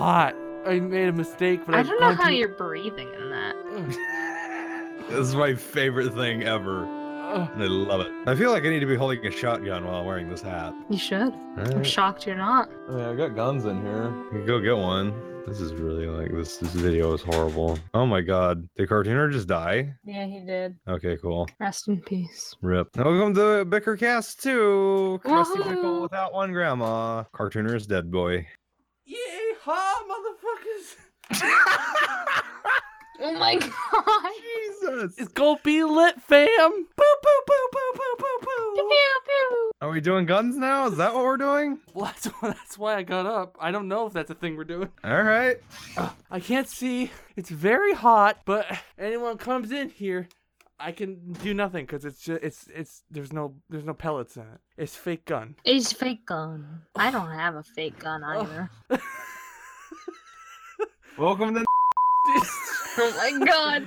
I made a mistake, but I I've don't know gone how too- you're breathing in that. Ugh, This is my favorite thing ever, ugh. and I love it. I feel like I need to be holding a shotgun while I'm wearing this hat. You should. I'm Alright, shocked you're not. I mean, I got guns in here. you go get one. This is really like this. This video is horrible. Oh my god, did cartooner just die? Yeah, he did. Okay, cool. Rest in peace. Rip. Welcome to Bickercast 2. Crusty Pickle Woohoo! without one grandma. Cartooner is dead boy. Yeehaw, motherfuckers! Oh my god. Jesus. It's gonna be lit, fam. Boo, boo, boo, boo, boo, boo, boo. Are we doing guns now? Is that what we're doing? Well, that's, that's why I got up. I don't know if that's a thing we're doing. All right. I can't see. It's very hot, but anyone comes in here, I can do nothing because it's just it's it's there's no there's no pellets in it. It's fake gun. It's fake gun. I don't have a fake gun either. Welcome to. oh my god.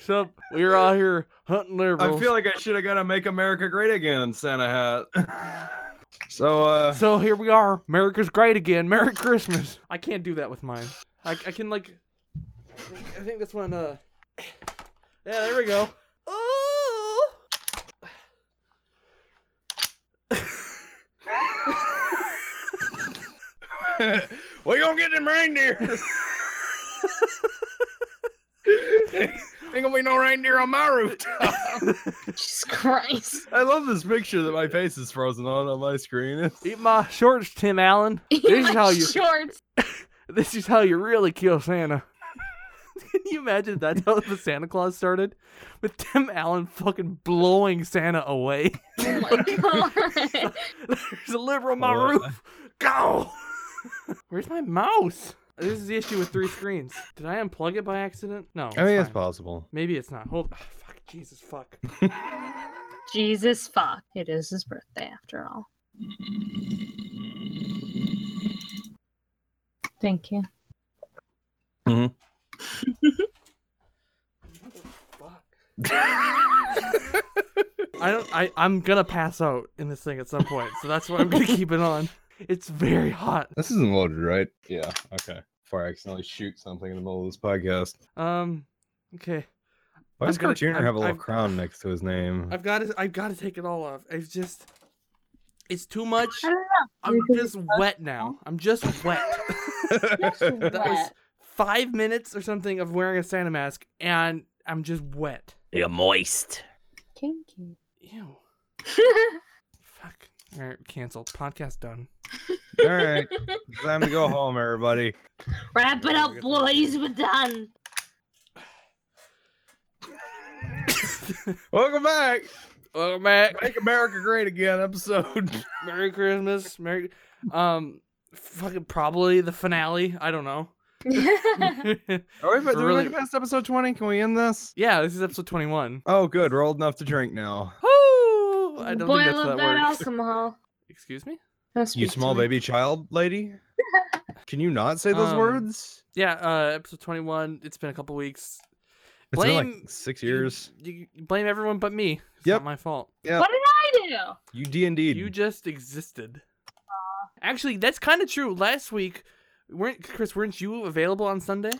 so we're out here hunting liberals. I feel like I should have got a "Make America Great Again" Santa hat. So, uh, so here we are. America's great again. Merry Christmas. I can't do that with mine. I, I can like. I think- I think that's when uh. Yeah, there we go. Ooh. we gonna get them reindeer. Ain't gonna be no reindeer on my rooftop. Jesus Christ. I love this picture that my face is frozen on on my screen. Eat my shorts, Tim Allen. This is how you. shorts. This is how you really kill Santa. Can you imagine that's how the Santa Claus started? With Tim Allen fucking blowing Santa away. Oh my god. There's a liberal on my Oh, roof. Go! Where's my mouse? This is the issue with three screens. Did I unplug it by accident? No. I mean, Oh, it's it's fine. possible. Maybe it's not. Hold. ah, fuck. Jesus. Fuck. Jesus fuck. It is his birthday after all. Thank you. Fuck. I don't. I. I'm gonna pass out in this thing at some point, so that's why I'm gonna keep it on. It's very hot. This isn't loaded, right? Yeah. Okay. Before I accidentally shoot something in the middle of this podcast. Um. Okay. Why does I'm gonna- Carl Jr. I'm- have a little I'm- crown next to his name? I've got to. I've got to take it all off. It's just. It's too much. I don't know. I'm You think just wet now. I'm just wet. that was Wet. five minutes or something of wearing a Santa mask, and I'm just wet. You're moist. Kinky. Ew. Fuck. All right, canceled. Podcast done. All right. Time to go home, everybody. Wrap it up, boys. We're done. Welcome back. Welcome back. Make America Great Again episode. Oh, Merry Christmas. Merry. Um. Fucking probably the finale. I don't know. Are we, did we Really- make it past episode 20? Can we end this? yeah, this is episode twenty-one. Oh, good. We're old enough to drink now. Woo! I don't Boil think that's up how that that works. alcohol. Excuse me. Don't You speak to small me. baby child lady? Can you not say those Um, words? Yeah, uh, episode 21. It's been a couple weeks. It's been blame- like six years. You, you blame everyone but me. It's Yep. not my fault. Yeah. What did I do? You D and You D. just existed. Actually, that's kind of true. Last week, weren't Chris? Weren't you available on Sunday?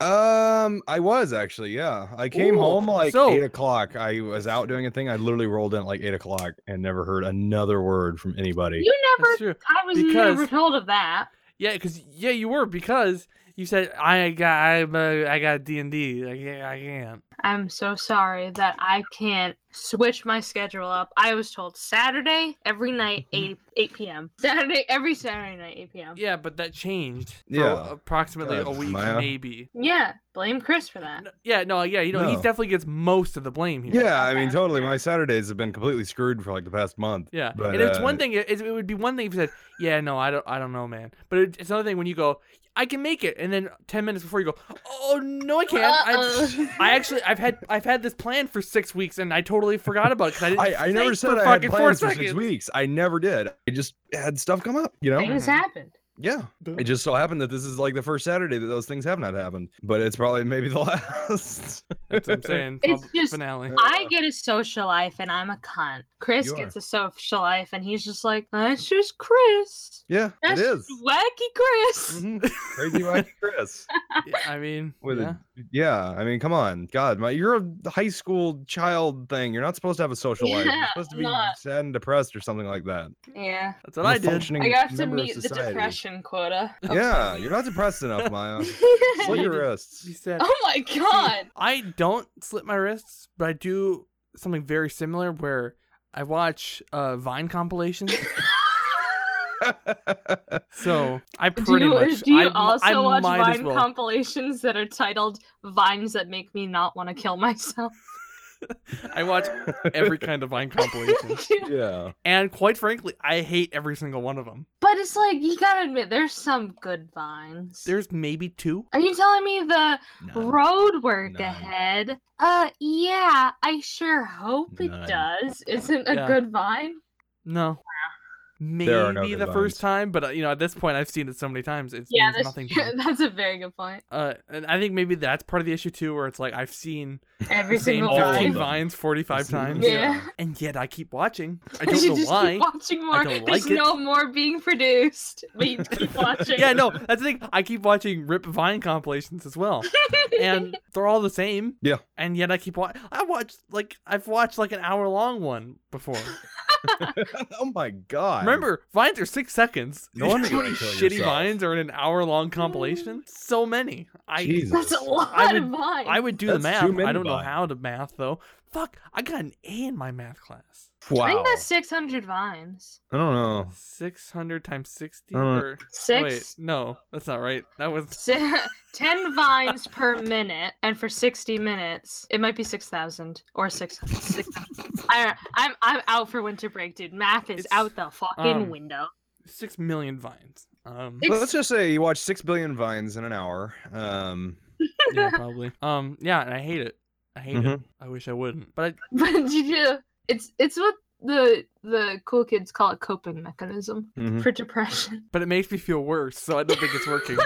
Um, I was actually, yeah. I came Ooh, home like so- eight o'clock. I was out doing a thing. I literally rolled in at like eight o'clock and never heard another word from anybody. You never. That's true. I was because- never told of that. Yeah, because yeah, you were because you said I got I, uh, I got D and D. I can't. I can't. I'm so sorry that I can't switch my schedule up. I was told Saturday every night Mm-hmm. 8 8 p.m. Saturday every Saturday night 8 p.m. Yeah, but that changed. For Yeah. uh, approximately a God, week, Maya. maybe. Yeah, blame Chris for that. No- yeah, no, yeah, you know, he No. definitely gets most of the blame here. Yeah, I mean, totally. My Saturdays have been completely screwed for like the past month. Yeah, But, and it's uh, one thing. It, it would be one thing if you said, "Yeah, no, I don't, I don't know, man." But it, it's another thing when you go, "I can make it," and then ten minutes before you go, "Oh no, I can't." I, Uh-oh. I actually, I've had, I've had this plan for six weeks, and I totally forgot about it because I didn't. I, I never think said for I had fucking four plans for six seconds. weeks. I never did. I just had stuff come up, you know? Things happened. Yeah. It just so happened that this is like the first Saturday that those things have not happened, but it's probably maybe the last. That's what I'm saying. It's prob- just- finale. I get a social life and I'm a cunt. Chris You gets a social life and he's just like, that's just Chris. yeah, it That's is. just wacky Chris. Mhm. Crazy wacky Chris. Yeah, I mean, With yeah. A, yeah, I mean, come on, God, my, you're a high school child thing. You're not supposed to have a social life. You're Yeah, supposed to be not. sad and depressed or something like that. Mm-hmm. Yeah. that's what You're a I did. functioning I got to member of meet the society. depression quota. Yeah, you're not depressed enough, Maya. Well, Slit you your did- wrists. He said, oh my god. I don't slit my wrists, but I do something very similar where I watch uh, Vine compilations. so I Do pretty you, much. do you I, also I watch might as Vine well. compilations that are titled Vines That Make Me Not Want to Kill Myself? I watch every kind of Vine compilation, yeah. and quite frankly, I hate every single one of them. But it's like you gotta admit there's some good vines. There's maybe two. Are you telling me the Uh, road work None. ahead? Uh, yeah, I sure hope None. it does. Isn't a Yeah. good vine? No. Maybe There are no good the first vines. time, but uh, you know, at this point, I've seen it so many times, it Yeah, means that's, nothing. To me. that's a very good point. Uh, and I think maybe that's part of the issue too, where it's like I've seen Every the same single All of vine. fifteen them. vines forty-five times, Yeah. and yet I keep watching. I You don't know just why. Keep watching more. don't There's like it. no more being produced. We keep watching. yeah, no, that's the thing. I keep watching Rip Vine compilations as well, and they're all the same. Yeah. and yet I keep watching. I watched like I've watched like an hour long one before. oh my God. Remember, vines are six seconds. No You wonder know you how many wanna shitty kill yourself. vines are in an hour long compilation. So many. I Jesus. That's a lot I of would- vines. I would do the That's math. too many I don't know vines. how to math though. Fuck, I got an A in my math class. Wow. I think that's 600 vines. I don't know. Six hundred times sixty. Uh, Or... Six. Wait, no, that's not right. That was Si- 10 vines per minute and for 60 minutes it might be 6000 or 600 six, I don't, I'm, I'm out for winter break dude math is It's- out the fucking um, window six million vines. Um, Six- Well, let's just say you watch six billion vines in an hour. Um, yeah, probably. Um, yeah, and I hate it. I hate it. Mhm. I wish I wouldn't. But I, but did you it's it's what the the cool kids call a coping mechanism Hmm. mhm. for depression but it makes me feel worse, so I don't think it's working.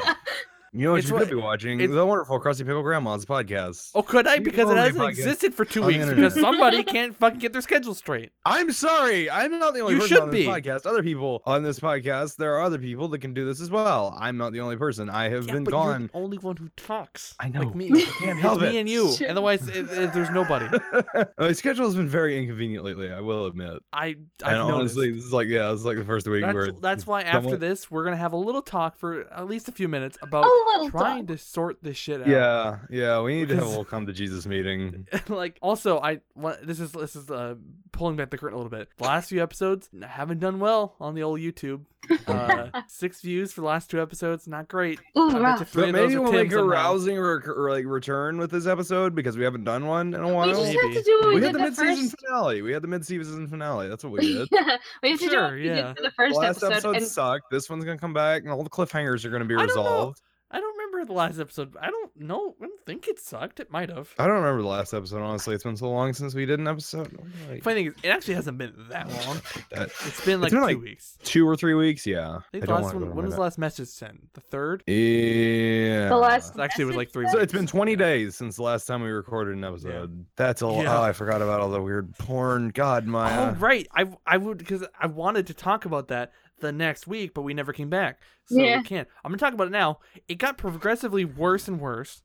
You know what It's you what- could be watching? it's- The wonderful Krusty Pickle Grandma's podcast. oh, could I? You can Because it only hasn't podcast existed for two on the weeks internet. because somebody can't fucking get their schedule straight. I'm sorry. I'm not the only You person on should this be. podcast. Other people on this podcast, there are other people that can do this as well. I'm not the only person. I have Yeah, been but gone. you're the only one who talks. I know. Like me. I can't It's help me it. and you. Shit. Otherwise, it, it- uh, there's nobody. My schedule has been very inconvenient lately. I will admit. I, and I've noticed. honestly, this is like yeah, this is like the first week where That's, it's- that's why someone- after this, we're gonna have a little talk for at least a few minutes about a little trying dog. to sort this shit out. Oh, Yeah, yeah, we need to have a Because- little come to Jesus meeting. like also, I wa- this is this is uh pulling back the curtain a little bit. The last few episodes I haven't done well on the old YouTube. Uh, six views for the last two episodes, not great. Ooh, I bet you rough. three Oh, But of maybe those we'll are make Tim a somehow. rousing re- or, like return with this episode because we haven't done one in a we while. just have maybe. to do what we, we did had the the mid-season first finale. We had the mid-season finale. That's what we did. yeah, we have to do Sure, what we yeah. did for the first last episode, episode and sucked. This one's gonna come back, and all the cliffhangers are gonna be I don't know. resolved. I don't remember the last episode. I don't know. I don't think it sucked. It might have. I don't remember the last episode. Honestly, it's been so long since we did an episode. Like, Funny thing is, it actually hasn't been that long. that- It's been like been two like- weeks. two or three weeks. Yeah. I think the I don't last wanna one. go When on was the that. last message sent? The third. Yeah. the last It's actually was like three message So days. it's been 20 days since the last time we recorded an episode. That's a lot. Yeah. Oh, I forgot about all the weird porn. God, uh, Oh Maya. right, I I would because I wanted to talk about that the next week, but we never came back, so Yeah. we can't. I'm gonna talk about it now. It got progressively worse and worse,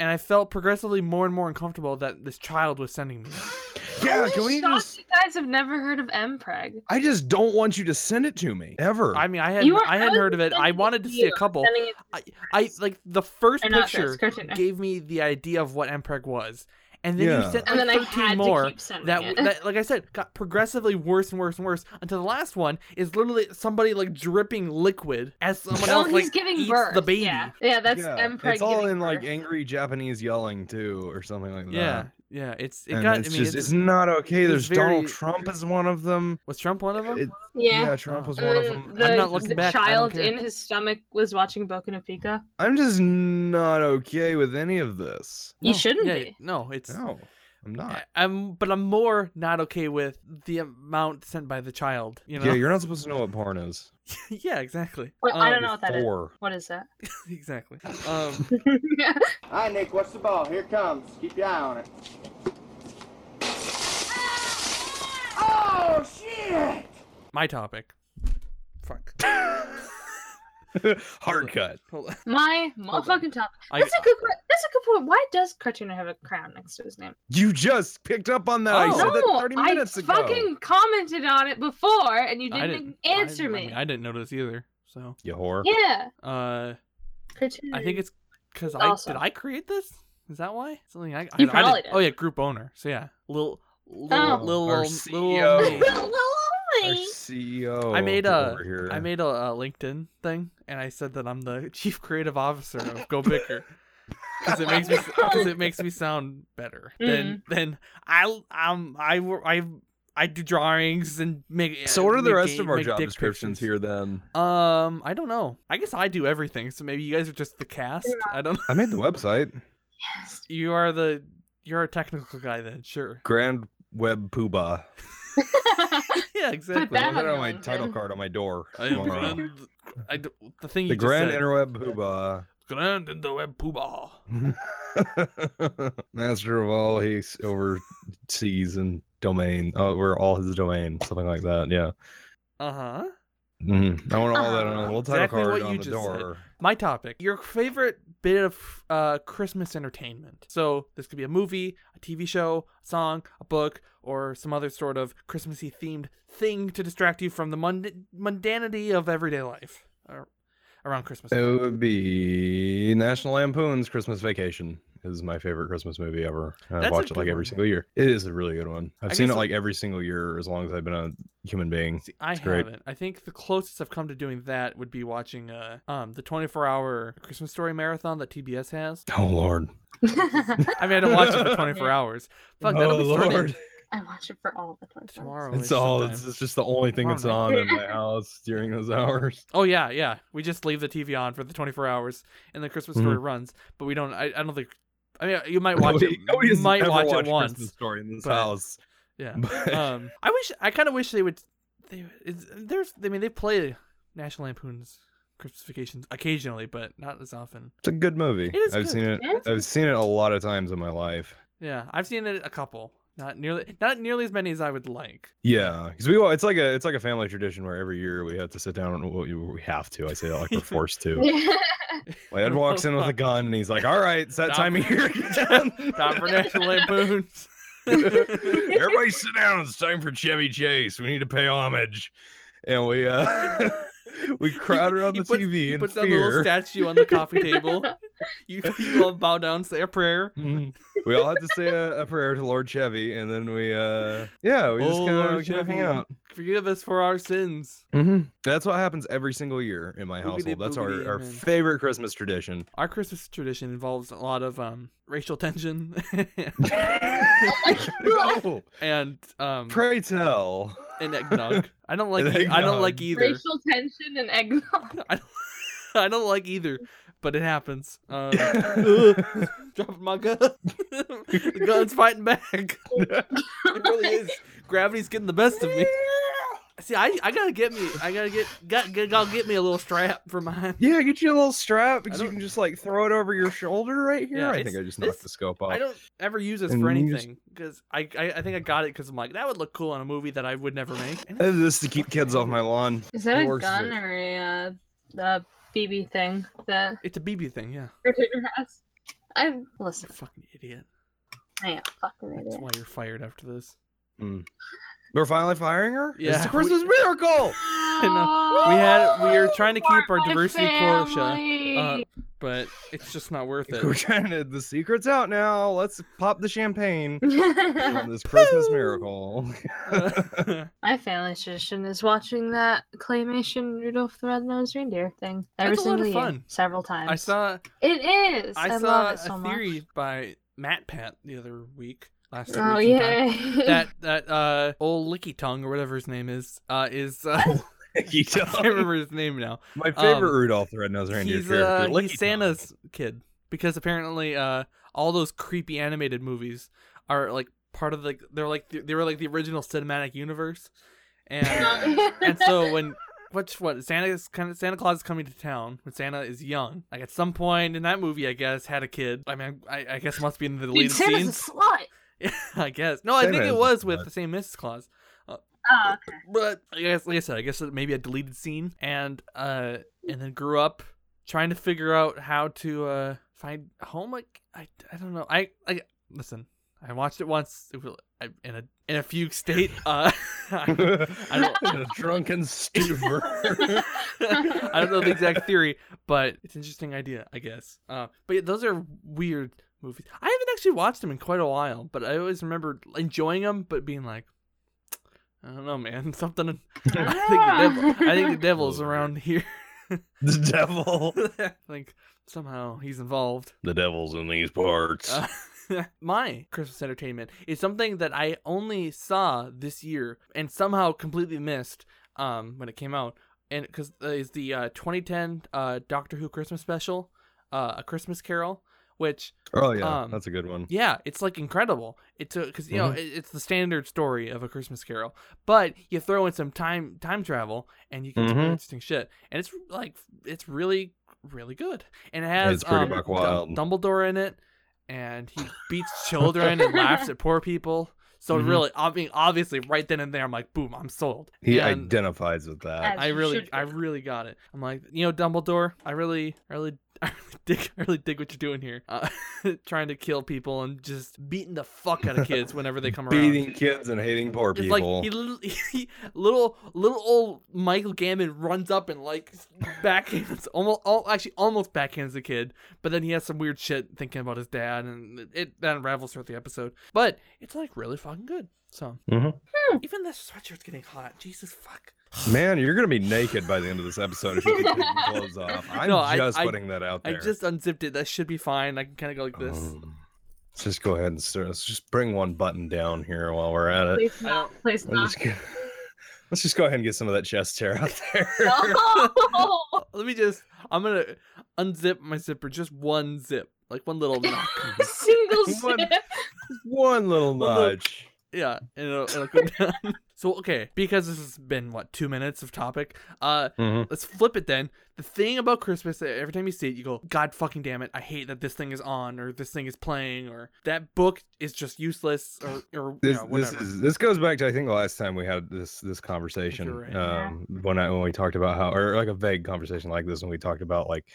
and I felt progressively more and more uncomfortable that this child was sending me. that. Yeah, I'm can we shocked just? You guys have never heard of MPreg. I just don't want you to send it to me ever. I mean, I had You were- I hadn't heard of it. I sending it wanted to to see a you. couple. Sending it- I like the first or not picture this, Christian. gave me the idea of what Mpreg was, and then you Yeah. sent and like then I 13 had more. to keep sending that, it. that like I said got progressively worse and worse and worse until the last one is literally somebody like dripping liquid as someone oh, else he's like giving eats birth. the baby. Yeah, yeah that's Yeah, Empreg. It's all giving in like birth. angry Japanese yelling too, or something like that. Yeah, yeah, it's it And got. it's I mean, just it's, it's not okay. it's There's very- Donald Trump is one of them. was Trump one of them? It- yeah. Trump Oh. was one of And them. then I'm the, not looking the back, I don't child care. in his stomach was watching Boca no Pica. I'm just not okay with any of this. You shouldn't yeah, be. No, it's. No, I'm not. I- I'm, but I'm more not okay with the amount sent by the child. You know? Yeah, you're not supposed to know what porn is. Yeah, exactly. Well, I don't Um, know what that is. Four. What is that? Exactly. Um, All right, Nick, what's the ball? Here it comes. Keep your eye on it. Oh, shit! my topic. Fuck. Hard cut. Hold on. My Hold motherfucking top. I- That's a good. que- That's a good point. Why does Cartooner have a crown next to his name? You just picked up on that. I Oh. said that no, 30 I minutes ago. fucking commented on it before, and you I didn't, I- answer I me. mean, I didn't notice either. So, You whore. yeah, uh, Cartooner. I think it's because I Also- did I create this? Is that why? Something I, I, You I probably did. Oh yeah, group owner. So yeah, little little Oh. little Our E little, CEO. me. Our E CEO. I made a over here. I made a, uh LinkedIn thing and I said that I'm the chief creative officer of Go Bicker. Because it makes me because it makes me sound better. Then Mm. then I um I wor- I I do drawings and make. uh, So what are the make rest game- of our make job dick descriptions pictures. here then? Um, I don't know. I guess I do everything. So maybe you guys are just the cast. I don't. I made the website. Yes. You are the you're a technical guy then. Sure. Grand Web Poobah. Yeah, exactly. I that- want that on my Amazing. title card on my door. I am tomorrow. grand, I d the thing you the just Grand said. Interweb Poobah. grand in the web poobah. Master of all he s- oversees and domain. Oh, we're all his domain, something like that. Yeah. Uh huh. Mhm. I want all that on a Uh, little title Ah, exactly card what on you the just said. door. My topic: your favorite bit of uh, Christmas entertainment. So this could be a movie, a TV show, a song, a book, or some other sort of Christmassy themed thing to distract you from the mund- mundanity of everyday life ar- around Christmas. It would be National Lampoon's Christmas Vacation is my favorite Christmas movie ever. and I That's a watch it like good one. every single year. It is a really good one. I've I seen guess it I- like every single year as long as I've been a human being. See, I It's great. haven't. I think the closest I've come to doing that would be watching uh, um the 24-hour Christmas Story marathon that TBS has. Oh Lord. I mean, I don't watch it for 24 hours. Fuck, oh that'll be starting Lord. I watch it for all the time. tomorrow. It's or all sometime. it's, it's just the only thing that's Tomorrow on in my house during those hours. Oh yeah, yeah. We just leave the TV on for the 24 hours, and the Christmas story runs. But we don't. I, I don't think. I mean, you might watch Mm-hmm. it. Nobody- nobody You has might ever watch it watched once. Christmas story in this but- house. Yeah. But- Um. I wish. I kind of wish they would. They. It's, there's. I mean, they play National Lampoon's Christmas Vacations occasionally, but not as often. it's a good movie. It is I've good. seen it. Yeah, it's I've seen it a lot of times in my life. Yeah, I've seen it a couple. Not nearly. Not nearly as many as I would like. Yeah, because we wa- it's like a it's like a family tradition where every year we have to sit down and we, we have to. I say that like we're forced to. Yeah. My dad walks in with a gun and he's like, "All right, it's that Stop. time of year. Time for National Lampoon's. Everybody sit down. It's time for Chevy Chase. We need to pay homage." And we uh we crowd around He the puts- TV he in puts down the little fear. statue on the coffee table. You, you all bow down, say a prayer. Mhm. we all have to say a, a prayer to Lord Chevy, and then we uh yeah we Oh, just Lord kind of hang Chevy. out. Forgive us for our sins. Mhm. That's what happens every single year in my Boogity household. That's boogity, our, our amen. favorite Christmas tradition. Our Christmas tradition involves a lot of um, racial tension no. and um, Pray tell. and eggnog. I don't like. And e- I don't like eggnog. either. Racial tension and eggnog. I don't, I don't like either, but it happens. Um, dropping my gun. the gun's fighting back. it really is. Gravity's getting the best of me. See, I, I gotta get me. I gotta get. Got, got, got get me a little strap for mine. yeah, get you a little strap because I you don't- can just like throw it over your shoulder right here. Yeah, I it's- think I just it's- knocked the scope off. I don't ever use this And for you just- anything because I, I I think I got it because I'm like that would look cool on a movie that I would never make. And This is to keep kids off my lawn. Is that a Works gun it. or a, uh, a BB thing that It's a BB thing, yeah. Cartooner has? I listen. You're a fucking idiot. I am fucking That's idiot. why you're fired after this. We're finally firing her. it's Yeah, a we- Christmas miracle. We had we are trying to keep our My diversity quota, uh, family. but it's just not worth We're it. trying to. The secret's out now. Let's pop the champagne on this Christmas miracle. Uh, My family tradition is watching that claymation Rudolph the Red-Nosed Reindeer thing every That's a lot of single year, fun. several times. I saw It is. I, I love saw it so a much. theory by Matt Pat the other week last Oh week sometime, yeah. That that uh old licky tongue or whatever his name is uh is uh, You I can't don't- remember his name now. My Um, favorite Rudolph the Red-Nosed Reindeer he's, character, uh, Licky Tongue. he's Santa's kid because apparently uh, all those creepy animated movies are like part of like they're like the, they were like the original cinematic universe, and and so when what's what Santa is kind of Santa Claus is coming to town when Santa is young like at some point in that movie I guess had a kid I mean I, I guess it must be in the Dude, deleted Santa's scenes a slut. I guess no I Santa think is it a was with slut. the same Mrs. Claus Oh, but I guess, like I said, I guess it may be a deleted scene, and uh, and then grew up trying to figure out how to uh, find home. Like I, I don't know. I, I listen. I watched it once it was, I, in a in a fugue state. Uh, I, I don't, a drunken stupor. I don't know the exact theory, but it's an interesting idea, I guess. Uh, but yeah, those are weird movies. I haven't actually watched them in quite a while, but I always remember enjoying them, but being like, I don't know, man, something. I think the devil, I think the devil's around here. the devil. like somehow he's involved. The devil's in these parts. Uh, my Christmas entertainment is something that I only saw this year and somehow completely missed um, when it came out, and because uh, is the uh, 2010 uh, Doctor Who Christmas special, uh, A Christmas Carol, which oh yeah, um, that's a good one. Mm-hmm. yeah, it's like incredible. It's because you know it, it's the standard story of a Christmas Carol, but you throw in some time time travel and you can do Mhm. interesting shit. And it's like it's really really good. And it has It's pretty um, buck Dum- wild. Dumbledore in it, and he beats children and laughs at poor people. So Mhm. really, I mean, obviously, right then and there, I'm like, boom, I'm sold. He and identifies with that. As- I you really, should I do. really got it. I'm like, you know, Dumbledore, I really, I really, I really dig, I really dig what you're doing here, uh, trying to kill people and just beating the fuck out of kids whenever they come around. Beating kids and hating poor It's people. like he, lit- he- little little old Michael Gammon runs up and like backhands almost all actually almost backhands the kid, but then he has some weird shit thinking about his dad, and it, it that unravels throughout the episode. But it's like really fucking good. So Mhm. Hmm. even this sweatshirt's getting hot. Jesus fuck. Man, you're gonna be naked by the end of this episode if you keep your clothes off. I'm No, I- just I- putting that out I there. just unzipped it. That should be fine. I can kind of go like this. Um, let's just go ahead and start. Let's just bring one button down here while we're at it. Please not. Please I'm not. just gonna- Let's just go ahead and get some of that chest hair out there. No. Oh, Let me just. I'm gonna unzip my zipper. Just one zip, like one little knock. Single What? zip. One little One little- nudge. Yeah, and it'll, it'll go down. so okay, because this has been what two minutes of topic. Uh, Mhm. let's flip it then. The thing about Christmas that every time you see it, you go, God fucking damn it! I hate that this thing is on, or this thing is playing, or that book is just useless, or or you this know, this whatever. is this goes back to I think the last time we had this this conversation right. Yeah. um when I when we talked about how or like a vague conversation like this when we talked about like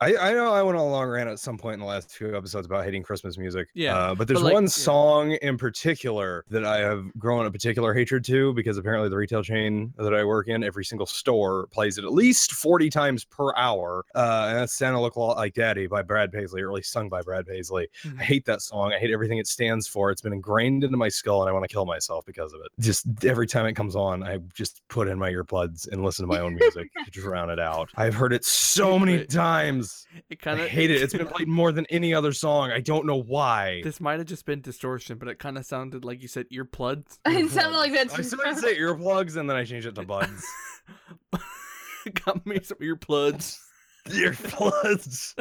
I I know I went on a long rant at some point in the last few episodes about hating Christmas music Yeah, uh, but there's like, one yeah. song in particular that I have grown a particular hatred to because apparently the retail chain that I work in every single store plays it at least 40 times per hour uh and that's Santa Look a Lot Like Daddy by Brad Paisley or at least sung by Brad Paisley Mm-hmm. I hate that song. I hate everything it stands for. It's been ingrained into my skull, and I want to kill myself because of it. Just every time it comes on, I just put in my earplugs and listen to my own music to drown it out. I've heard it so many Right. times. it I kind of hate it. It's been played more than any other song. I don't know why. This might have just been distortion, but it kind of sounded like you said earplugs. It sounded like that. I said I say earplugs, and then I changed it to buds. Got me some earplugs. earplugs.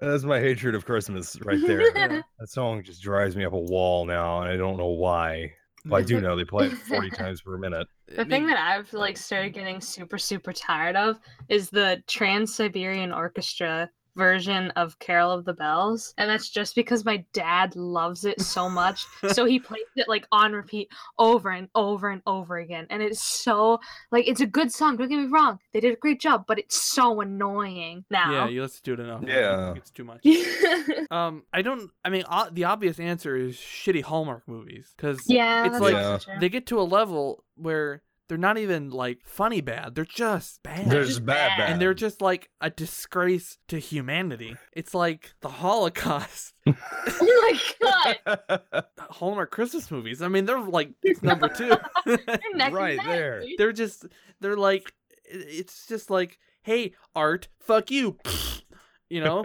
That's my hatred of Christmas right there. Yeah. That song just drives me up a wall now, and I don't know why. Well, I do know they play it 40 times per minute. The thing that I've like started getting super super tired of is the Trans Siberian Orchestra version of Carol of the Bells, and that's just because my dad loves it so much, so he plays it like on repeat over and over and over again, and it's so like it's a good song. Don't get me wrong, they did a great job, but it's so annoying Yeah, now. you let's do it enough. Yeah. it's too much. Yeah. Um, I don't. I mean, o- the obvious answer is shitty Hallmark movies because yeah, It's that's like- also true. they get to a level where they're not even like funny bad; they're just bad. They're just just bad, bad. bad. and they're just like a disgrace to humanity. It's like the Holocaust. oh my Hallmark Christmas movies. I mean, they're like it's number two. god, You're neck and Right neck, there. dude. they're just they're like it- it's just like, hey, art, fuck you. You know,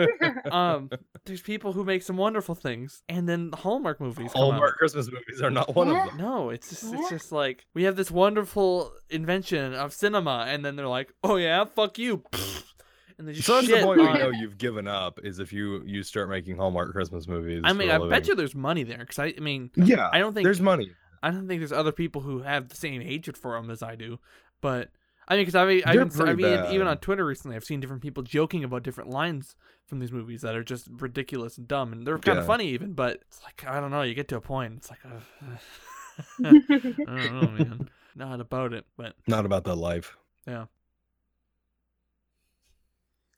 um, there's people who make some wonderful things, and then the Hallmark movies. come out. Hallmark Christmas movies are not one Yeah. of them. No, it's just Yeah. it's just like we have this wonderful invention of cinema, and then they're like, "Oh yeah, fuck you," and they just So that's the shit point we on it. know you've given up is if you you start making Hallmark Christmas movies. I mean, for I a bet living. you there's money there because I, I mean, Yeah, I don't think there's money. I don't think there's other people who have the same hatred for them as I do, but. I mean, because I mean, They're I've been, I pretty mean, even bad. on Twitter recently, I've seen different people joking about different lines from these movies that are just ridiculous and dumb, and they're kind of Yeah. funny even. But it's like I don't know, you get to a point, it's like uh, I don't know, man, not about it. But Not about that life.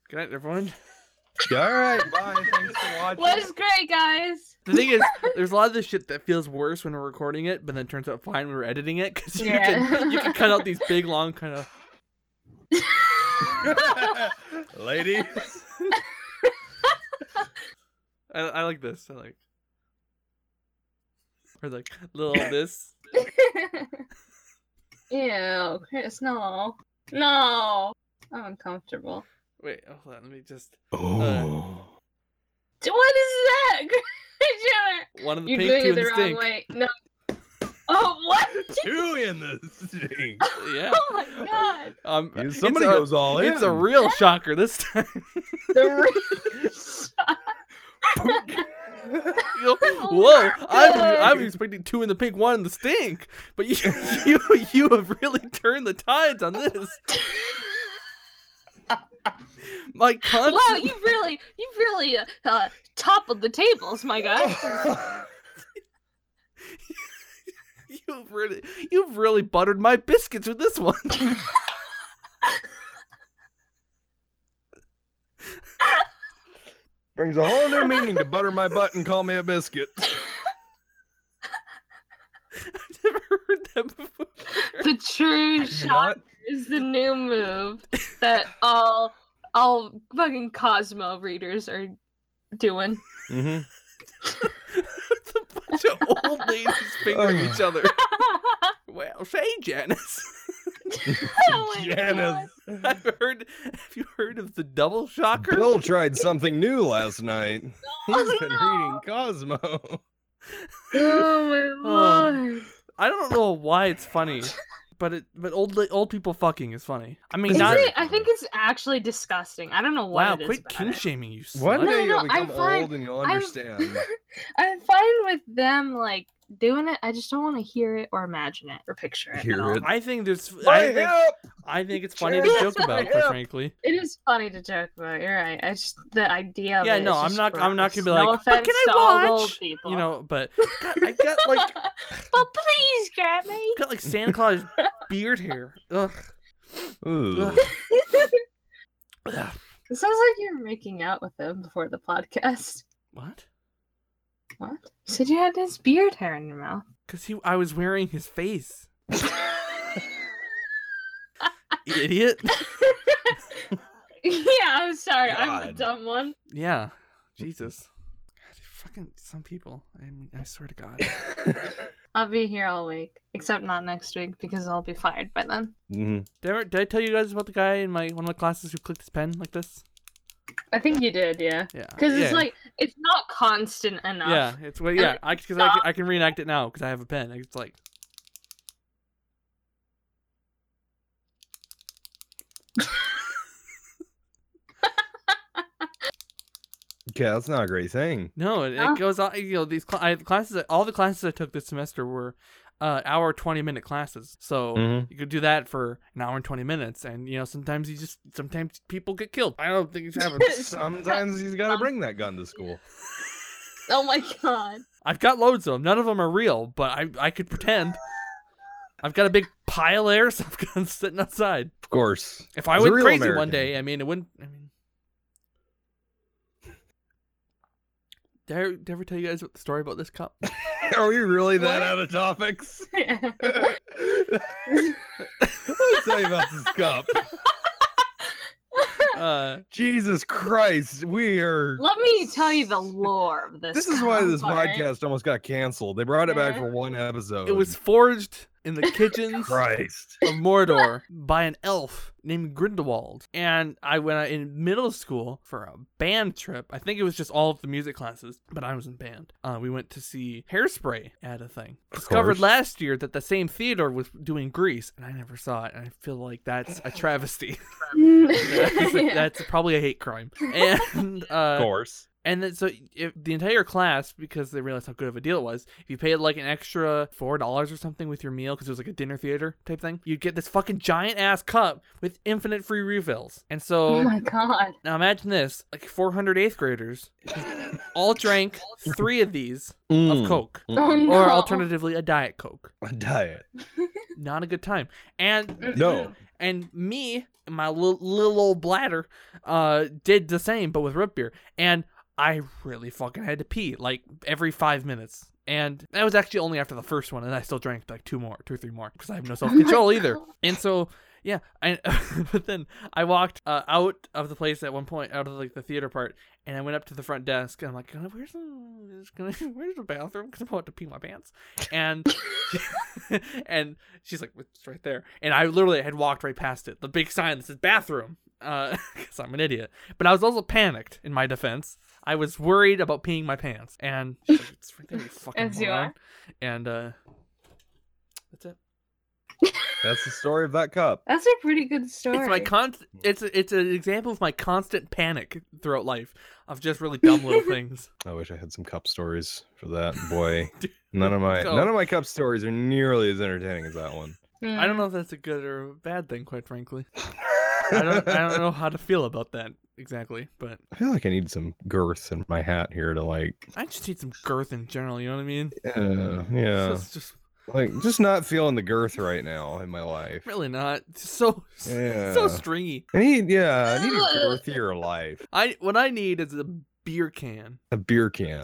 Good night, everyone. All right. Bye. Thanks for watching. Was great, guys. The thing is, there's a lot of this shit that feels worse when we're recording it, but then it turns out fine when we're editing it because you Yeah. can you can cut out these big long kind of. Lady. I, I like this. I like. Or like little this. Ew, Chris, no. No. I'm uncomfortable. Wait, hold on. Let me just. Oh. D- What is that? Chris Jenner? One of the You're pink, doing two it in the the wrong stink. way. No. Oh, what? Two in the sting. Yeah. Oh my god. Um. Yeah, it's Somebody a- goes all in. It's a real shocker this time. The re- Yo, Oh Whoa! my I'm, I'm God. expecting two in the pink, one in the stink. But you, you, you have really turned the tides on this. My constant. Wow, you really, you really uh, uh, toppled the tables, my guy. Oh. You've really, you've really buttered my biscuits with this one. Brings a whole new meaning to Butter my butt and call me a biscuit. I've never heard that before. The true shock is the new move that all, all fucking Cosmo readers are doing. Mm-hmm. It's a bunch of old ladies fingering each other. Well, say Janice. Oh my God. Janice. I've heard. Have you heard of the double shocker? Bill tried something new last night. He's been Oh, no. reading Cosmo. Oh my Oh. lord. I don't know why it's funny, but it but old li- old people fucking is funny. I mean, Is not it, I think it's actually disgusting. I don't know what wow. it is Quit about king it. shaming, you One slut. No, day no, you'll I'm become fine. old and you'll I'm- understand. I'm fine with them like doing it. I just don't want to hear it or imagine it or picture it. at Hear all. it. I think there's. My I think, hip! I think it's funny to Janice, joke about, my quite hip. frankly. It is funny to joke about. You're right. I just the idea. Of Yeah, it is no, I'm just not- I'm not gross. gonna be No like, "But offense can I to all the watch?" old people. You know, but God, I got like but please grab me. got like Santa Claus beard hair. Ugh. Ooh. Ugh. It sounds like you're making out with him before the podcast. What? What? You said you had his beard hair in your mouth. Because he, I was wearing his face. Idiot. yeah, I'm sorry. I'm the God. dumb one. Yeah. Jesus. God, fucking some people. I mean, I swear to God. I'll be here all week, except not next week because I'll be fired by then. Mhm. Did I, did I tell you guys about the guy in my one of the classes who clicked his pen like this? I think you did, yeah. Yeah. Because yeah. it's like it's not constant enough. Yeah, it's well, yeah. I because I, can- I can reenact it now because I have a pen. It's like. Okay, that's not a great thing. No, it, Huh? it goes on. You know, these cl- I, classes, all the classes I took this semester were uh, hour twenty minute classes. So Mhm. you could do that for an hour and twenty minutes, and you know, sometimes you just sometimes people get killed. I don't think it's happened. Sometimes he's got to bring that gun to school. Oh my god. I've got loads of them. None of them are real, but I I could pretend. I've got a big pile of airsoft guns sitting outside. Of course. If I He's a went real crazy one American. day, I mean, it wouldn't. I mean, did I, did I ever tell you guys about the story about this cup? Are we really that What? out of topics? Let's tell you about this cup. Uh, Jesus Christ, we are. Let me tell you the lore of this. This is why this comic. podcast almost got canceled. They brought it back Yeah. for one episode. it was forged in the kitchens of Christ. Mordor by an elf named Grindelwald. And I went out in middle school for a band trip. I think it was just all of the music classes, but I was in band. Uh, we went to see Hairspray at a thing. Discovered course. last year that the same theater was doing Grease, and I never saw it. And I feel like that's a travesty. that's, that's probably a hate crime. And Of uh, course. and then so if the entire class, because they realized how good of a deal it was, if you paid like an extra four dollars or something with your meal, because it was like a dinner theater type thing, you'd get this fucking giant ass cup with infinite free refills. And Oh so my god. now imagine this: like 400 eighth graders all drank three of these of Hmm. Mm. Coke, Oh no. or alternatively a Diet Coke. A diet. Not a good time. And No. And me, and my little, little old bladder, uh, did the same, but with root beer. And I really fucking had to pee like every five minutes. And that was actually only after the first one, and I still drank like two more, two or three more, because I have no self control either. And so, yeah, I, but then I walked uh, out of the place at one point, out of like the theater part, and I went up to the front desk, and I'm like, "Uh, "Where's the, is- can I- where's the bathroom? Because I'm about to pee my pants." And and she's like, "It's right there." And I literally had walked right past it, the big sign that says "bathroom," because I'm an idiot. But I was also panicked. In my defense, I was worried about peeing my pants, and she's like, it's right there, you fucking As you moron." are. And uh, that's it. That's the story of that cup. That's a pretty good story. It's my con. It's a, it's an example of my constant panic throughout life of just really dumb little things. I wish I had some cup stories for that boy. None of my So- none of my cup stories are nearly as entertaining as that one. I Mm. don't know if that's a good or a bad thing, quite frankly. I don't I don't know how to feel about that exactly, but I feel like I need some girth in my hat here to like, I just need some girth in general. You know what I mean? uh, So yeah, it's just like just not feeling the girth right now in my life. really not it's so Yeah. so stringy. I need, yeah, I need a girthier life. I what I need is a beer can. A beer can.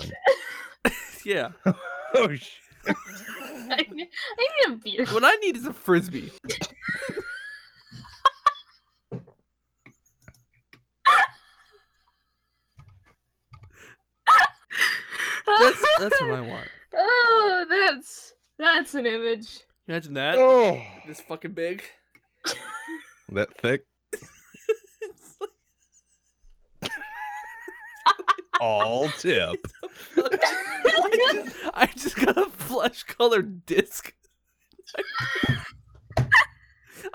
Yeah, oh shit. Mm. I need I need a beer. what I need is a frisbee. That's that's what I want. Oh, that's that's an image. You Imagine that. Oh, This fucking big. that thick. It's like All tip. I just, I just got a flesh colored disc.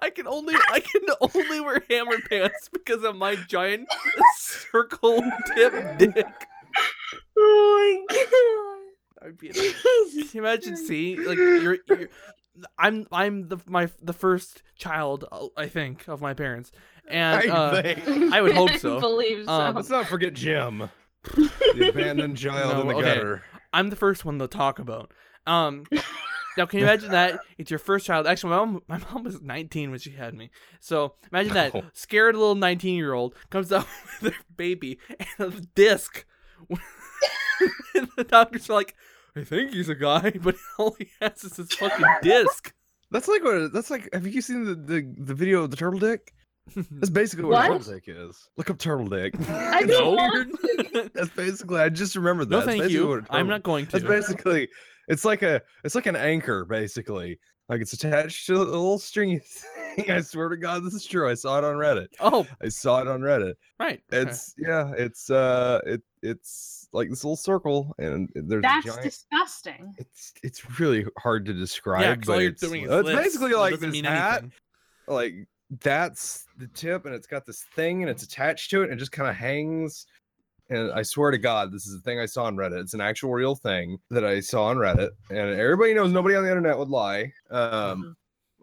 I can only I can only wear hammer pants because of my giant circle tip dick. Oh I'd be my like, god. can you imagine seeing like you're, you're I'm I'm the my the first child uh, I think of my parents and I uh, think. I would hope so. I believe so. Um, Let's not forget Jim, the abandoned child in No, the okay. gutter. I'm the first one to talk about. Um, now can you imagine that? It's your first child. Actually, my mom, my mom was 19 when she had me. So imagine that No. scared little 19 year old comes out with their baby and a disc. and the doctors are like, I think he's a guy, but all he has is this fucking disc. That's like what. it- That's like. Have you seen the the, the video of the turtle dick? That's basically what, a What? turtle dick is. Look up turtle dick. I It's don't want weird. That's basically. I just remembered that. no, That's thank basically what you. a turtle- I'm not going to. That's basically. It's like a. It's like an anchor, basically. Like it's attached to a little stringy thing. I swear to God, this is true. I saw it on Reddit. oh, I saw it on Reddit. right. okay. It's yeah. It's uh. It it's like this little circle, and there's That's a giant. disgusting. it's it's really hard to describe. yeah, 'cause but all you're it's, doing is it's lists. basically It like doesn't this mean hat. anything. Like that's the tip, and it's got this thing, and it's attached to it, and it just kind of hangs. And I swear to God, this is a thing I saw on Reddit. It's an actual real thing that I saw on Reddit, and everybody knows nobody on the internet would lie. Um, Mm-hmm.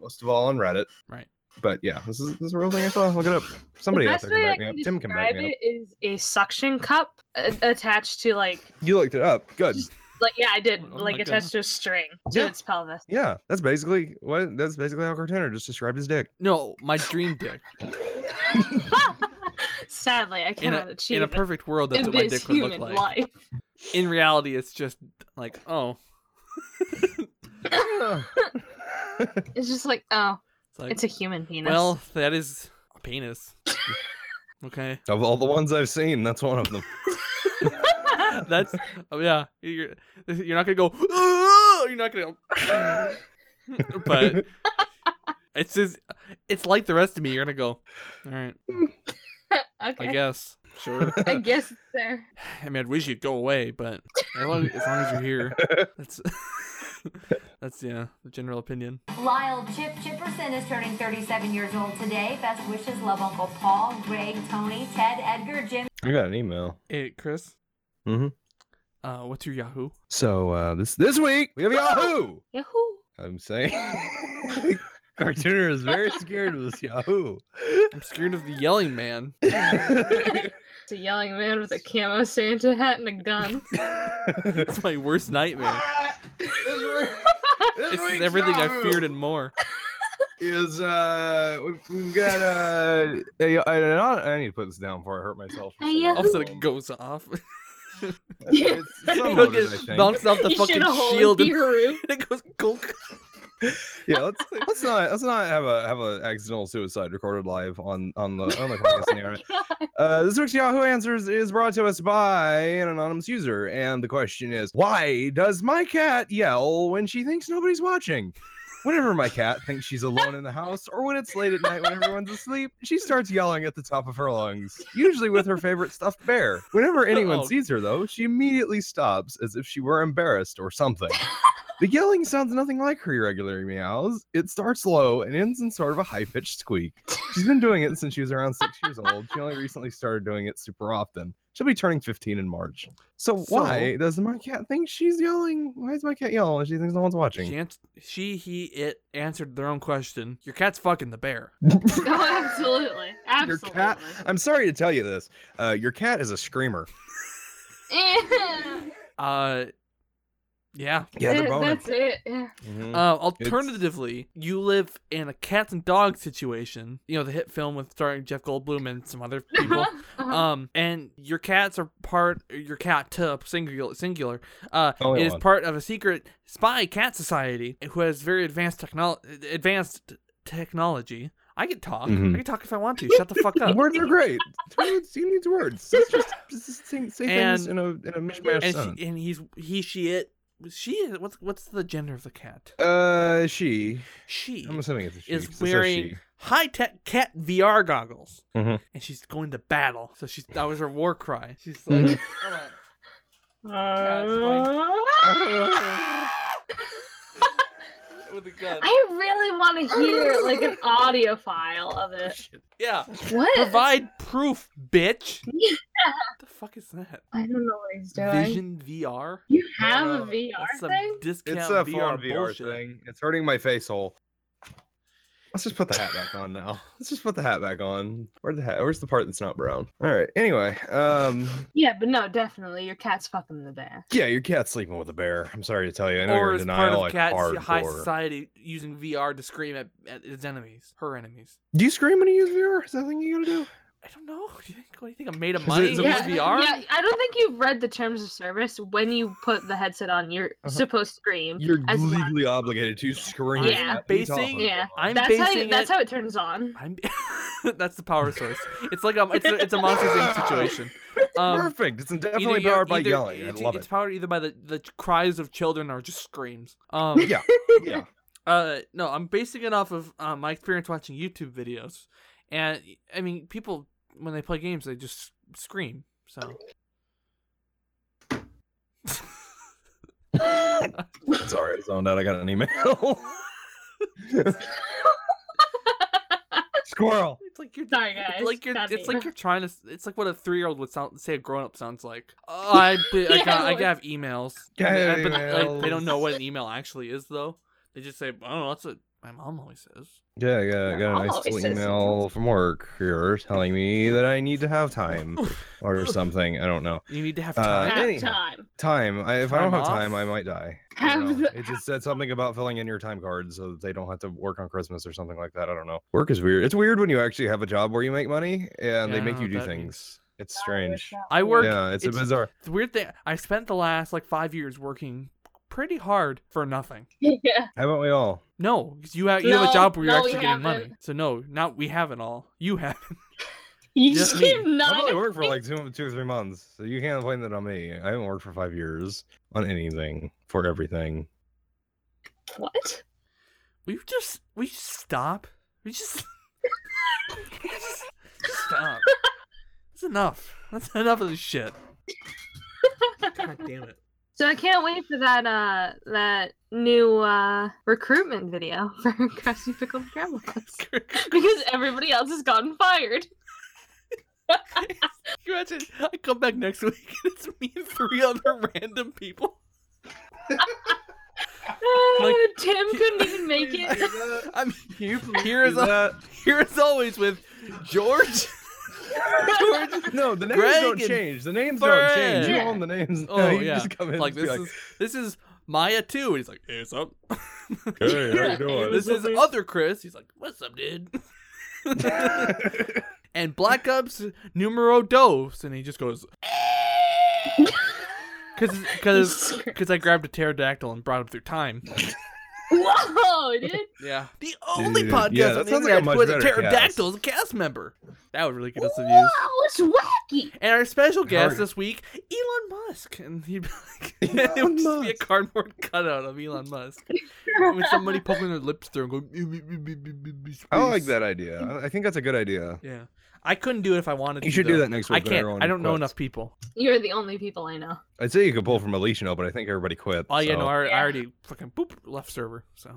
most of all on Reddit. Right. But yeah, this is this is a real thing I saw. Look it up. Mm-hmm. Somebody the out best there way I can back me can up. Tim can back describe me up. it is a suction cup uh, attached to like You looked it up. Good. like yeah I did Oh my like attached to a string to Yeah. its pelvis. Yeah, that's basically what. That's basically how Cartana just described his dick. No, my dream dick. Sadly, I in cannot a, achieve in a it perfect world, that's in what my this dick would look human like. life. In reality, it's just like, oh, It's just like oh, it's like, it's a human penis. well, that is a penis. okay, Of all the ones I've seen, that's one of them. that's oh yeah. You're you're not gonna go. "Ugh," You're not gonna. go, but it's just it's like the rest of me. You're gonna go. All right, I okay, guess. Sure. I guess it's there. I mean, I wish you'd go away, but as long as, as, long as you're here, that's that's yeah, the general opinion. Lyle Chip Chipperson is turning 37 years old today. Best wishes love Uncle Paul, Greg, Tony, Ted, Edgar, Jim. I got an email. Hey, Chris. Mhm. Uh, what's your Yahoo? So uh, this this week we have Yahoo. Yahoo! I'm saying, Cartooner is very scared of this Yahoo. I'm scared of the yelling man. It's a yelling man with a camo Santa hat and a gun. That's my worst nightmare. this This is everything I feared and more. is uh we've, we've got uh I, I, I need to put this down before I hurt myself. Hey, All of a sudden it goes off. It's Look, downloaded, I it think. bounces off the You fucking shoulda holed shield and Beeroo. it goes gulk. yeah, let's let's not let's not have a have a accidental suicide recorded live on on the on the podcast in the internet. Uh, this week's Yahoo Answers is brought to us by an anonymous user, and the question is: Why does my cat yell when she thinks nobody's watching? Whenever my cat thinks she's alone in the house, or when it's late at night when everyone's asleep, she starts yelling at the top of her lungs, usually with her favorite stuffed bear. Whenever anyone Oh. sees her, though, she immediately stops as if she were embarrassed or something. The yelling sounds nothing like her irregular meows. It starts low and ends in sort of a high pitched squeak. She's been doing it since she was around six years old. She only recently started doing it super often. She'll be turning 15 in March. So, So- why does my cat think she's yelling? Why is my cat yelling when she thinks no one's watching? She, ans- she, he, it answered their own question. Your cat's fucking the bear. Oh, absolutely. Your Absolutely. cat, I'm sorry to tell you this. Uh, your cat is a screamer. Eh, Uh, yeah. Yeah, they're that- boning. That's it. yeah. Mhm. Uh, alternatively, you live in a cats and dogs situation. You know the hit film with starring Jeff Goldblum and some other people. um, and your cats are part. Your cat tup singular singular. Uh, Only is one. part of a secret spy cat society who has very advanced technology. Advanced technology. I can talk. Mhm. I can talk if I want to. Shut the fuck up. Mm-hmm. Words are great. Words- you need words. It's just, just say, say things in And- a, in a mishmash and, sentence. she, and he's he she it she is what's what's the gender of the cat Uh, she. she I'm assuming it's a she. 'cause it is says wearing she. high tech cat VR goggles Mhm. and she's going to battle so she's that was her war cry she's like with a gun I really want to hear like an audio file of it. yeah What? provide proof bitch what the fuck is that I don't know what he's doing. Vision VR You have a Uh, VR that's some thing? discount It's a VR, VR, VR bullshit thing. It's hurting my face hole. Let's just put the hat back on now. Let's just put the hat back on. Where's the hat? Where's the part that's not brown? All right. Anyway, um, Yeah, but no, definitely. Your cat's fucking the bear. yeah, your cat's sleeping with a bear. I'm sorry to tell you. I know you're or in as part denial. of Like cats high hardcore. society using VR to scream at, at his enemies her enemies Do you scream when you use VR? Is that the thing you gotta do? I don't know. Do you think, what do you think? I'm made of Is money it- with yeah, VR? yeah, I don't think you've read the terms of service. When you put the headset on, you're Uh-huh. supposed to scream. You're As long- legally obligated to scream. Yeah. at the top Basing- of it. Yeah. I'm that's how basing you, that's it. how it turns on. I'm, that's the power source. It's like a, it's a, it's a Monsters Inc. situation. Um, Perfect. It's either definitely you're- powered by either- yelling. I it's, love it's it. powered either by the, the cries of children or just screams. Um, Yeah. Yeah. Uh, no, I'm basing it off of uh, my experience watching YouTube videos, and I mean, people when they play games, they just scream. So. Sorry, I zoned out. I got an email. Squirrel. It's like you're Sorry, it's guys. Like you're, Got it's me. like you're trying to. s- It's like what a three-year-old would sound, say a grown-up sounds like. Oh, I, be- I, Yeah, got, I like- have emails. Yeah, I- yeah, I- but like, they don't emails. know what an email actually is, though. They just say, "I don't know." That's what my mom always says. Yeah, I got, I got a Oh, nice it little says- email from work here telling me that I need to have time or something. I don't know. You need to have Uh, time. Have anyhow. time. Time. I, if I don't Time have time, off? I might die. I Have don't know. the- It just said something about filling in your time card so that they don't have to work on Christmas or something like that. I don't know. Work is weird. It's weird when you actually have a job where you make money and Yeah, I they make don't you know do what that things. means. It's strange. I work. Yeah, it's, it's- a bizarre. The weird thing. I spent the last like five years working pretty hard for nothing. Yeah. How about we all? No, 'cause you have you have a No, job where you're no, we actually getting money. haven't. So no, not we have it all. You have. it. You Just just me. keep I've only nodding. worked for like two, two or three months, so you can't blame that on me. I haven't worked for five years on anything for everything. What? We just we just stop. We just, we just stop. That's enough. That's enough of this shit. God damn it. So I can't wait for that uh that new uh recruitment video for Krusty Pickled Grandma Claus. because everybody else has gotten fired. Can you imagine? I come back next week and it's me and three other random people. Uh, Like- Tim couldn't even make it. I'm here as here as always with George. George. No, the names Greg don't and change. The names don't change. You Fred. own the names. Oh you yeah. just come in Like and be this is this is Maya too. And he's like, hey, what's up? Hey, how you doing? this is other Chris. He's like, what's up, dude? and Black Ops numero dos, and he just goes, because because because I grabbed a pterodactyl and brought him through time. Whoa, dude. Yeah, the only Dude, podcast yeah, on that the sounds like a internet much with a better pterodactyl as a cast member. That would really get us some views. it's wacky. And our special guest Hard. this week, Elon Musk, and he'd be like, it would just be a cardboard cutout of Elon Musk with somebody poking their lips through and going. "Ew, ew, ew, ew, ew, ew, I like space." that idea. I- I think that's a good idea. Yeah, I couldn't do it if I wanted. You to, should do though. that next week. I when can't. everyone I don't know quits. enough people. You're the only people I know. I'd say you could pull from Alicia, but I think everybody quit. Oh yeah, so- no, I, I Yeah. already fucking boop left server. So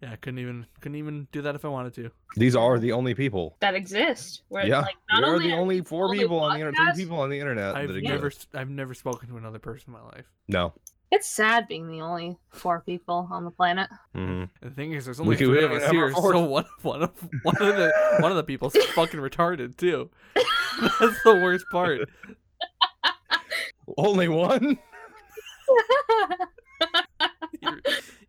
yeah, I couldn't even couldn't even do that if I wanted to. These are the only people. That exist. We're Yeah, like not we are only the only four only people on the internet. podcast- Three people on the internet. I've that never exist. s- I've never spoken to another person in my life. No. It's sad being the only four people on the planet. hmm And the thing is, there's only could- three we of could us have here, our fourth. so one of one of one of the one of the people's fucking retarded too. That's the worst part. Only one. You're-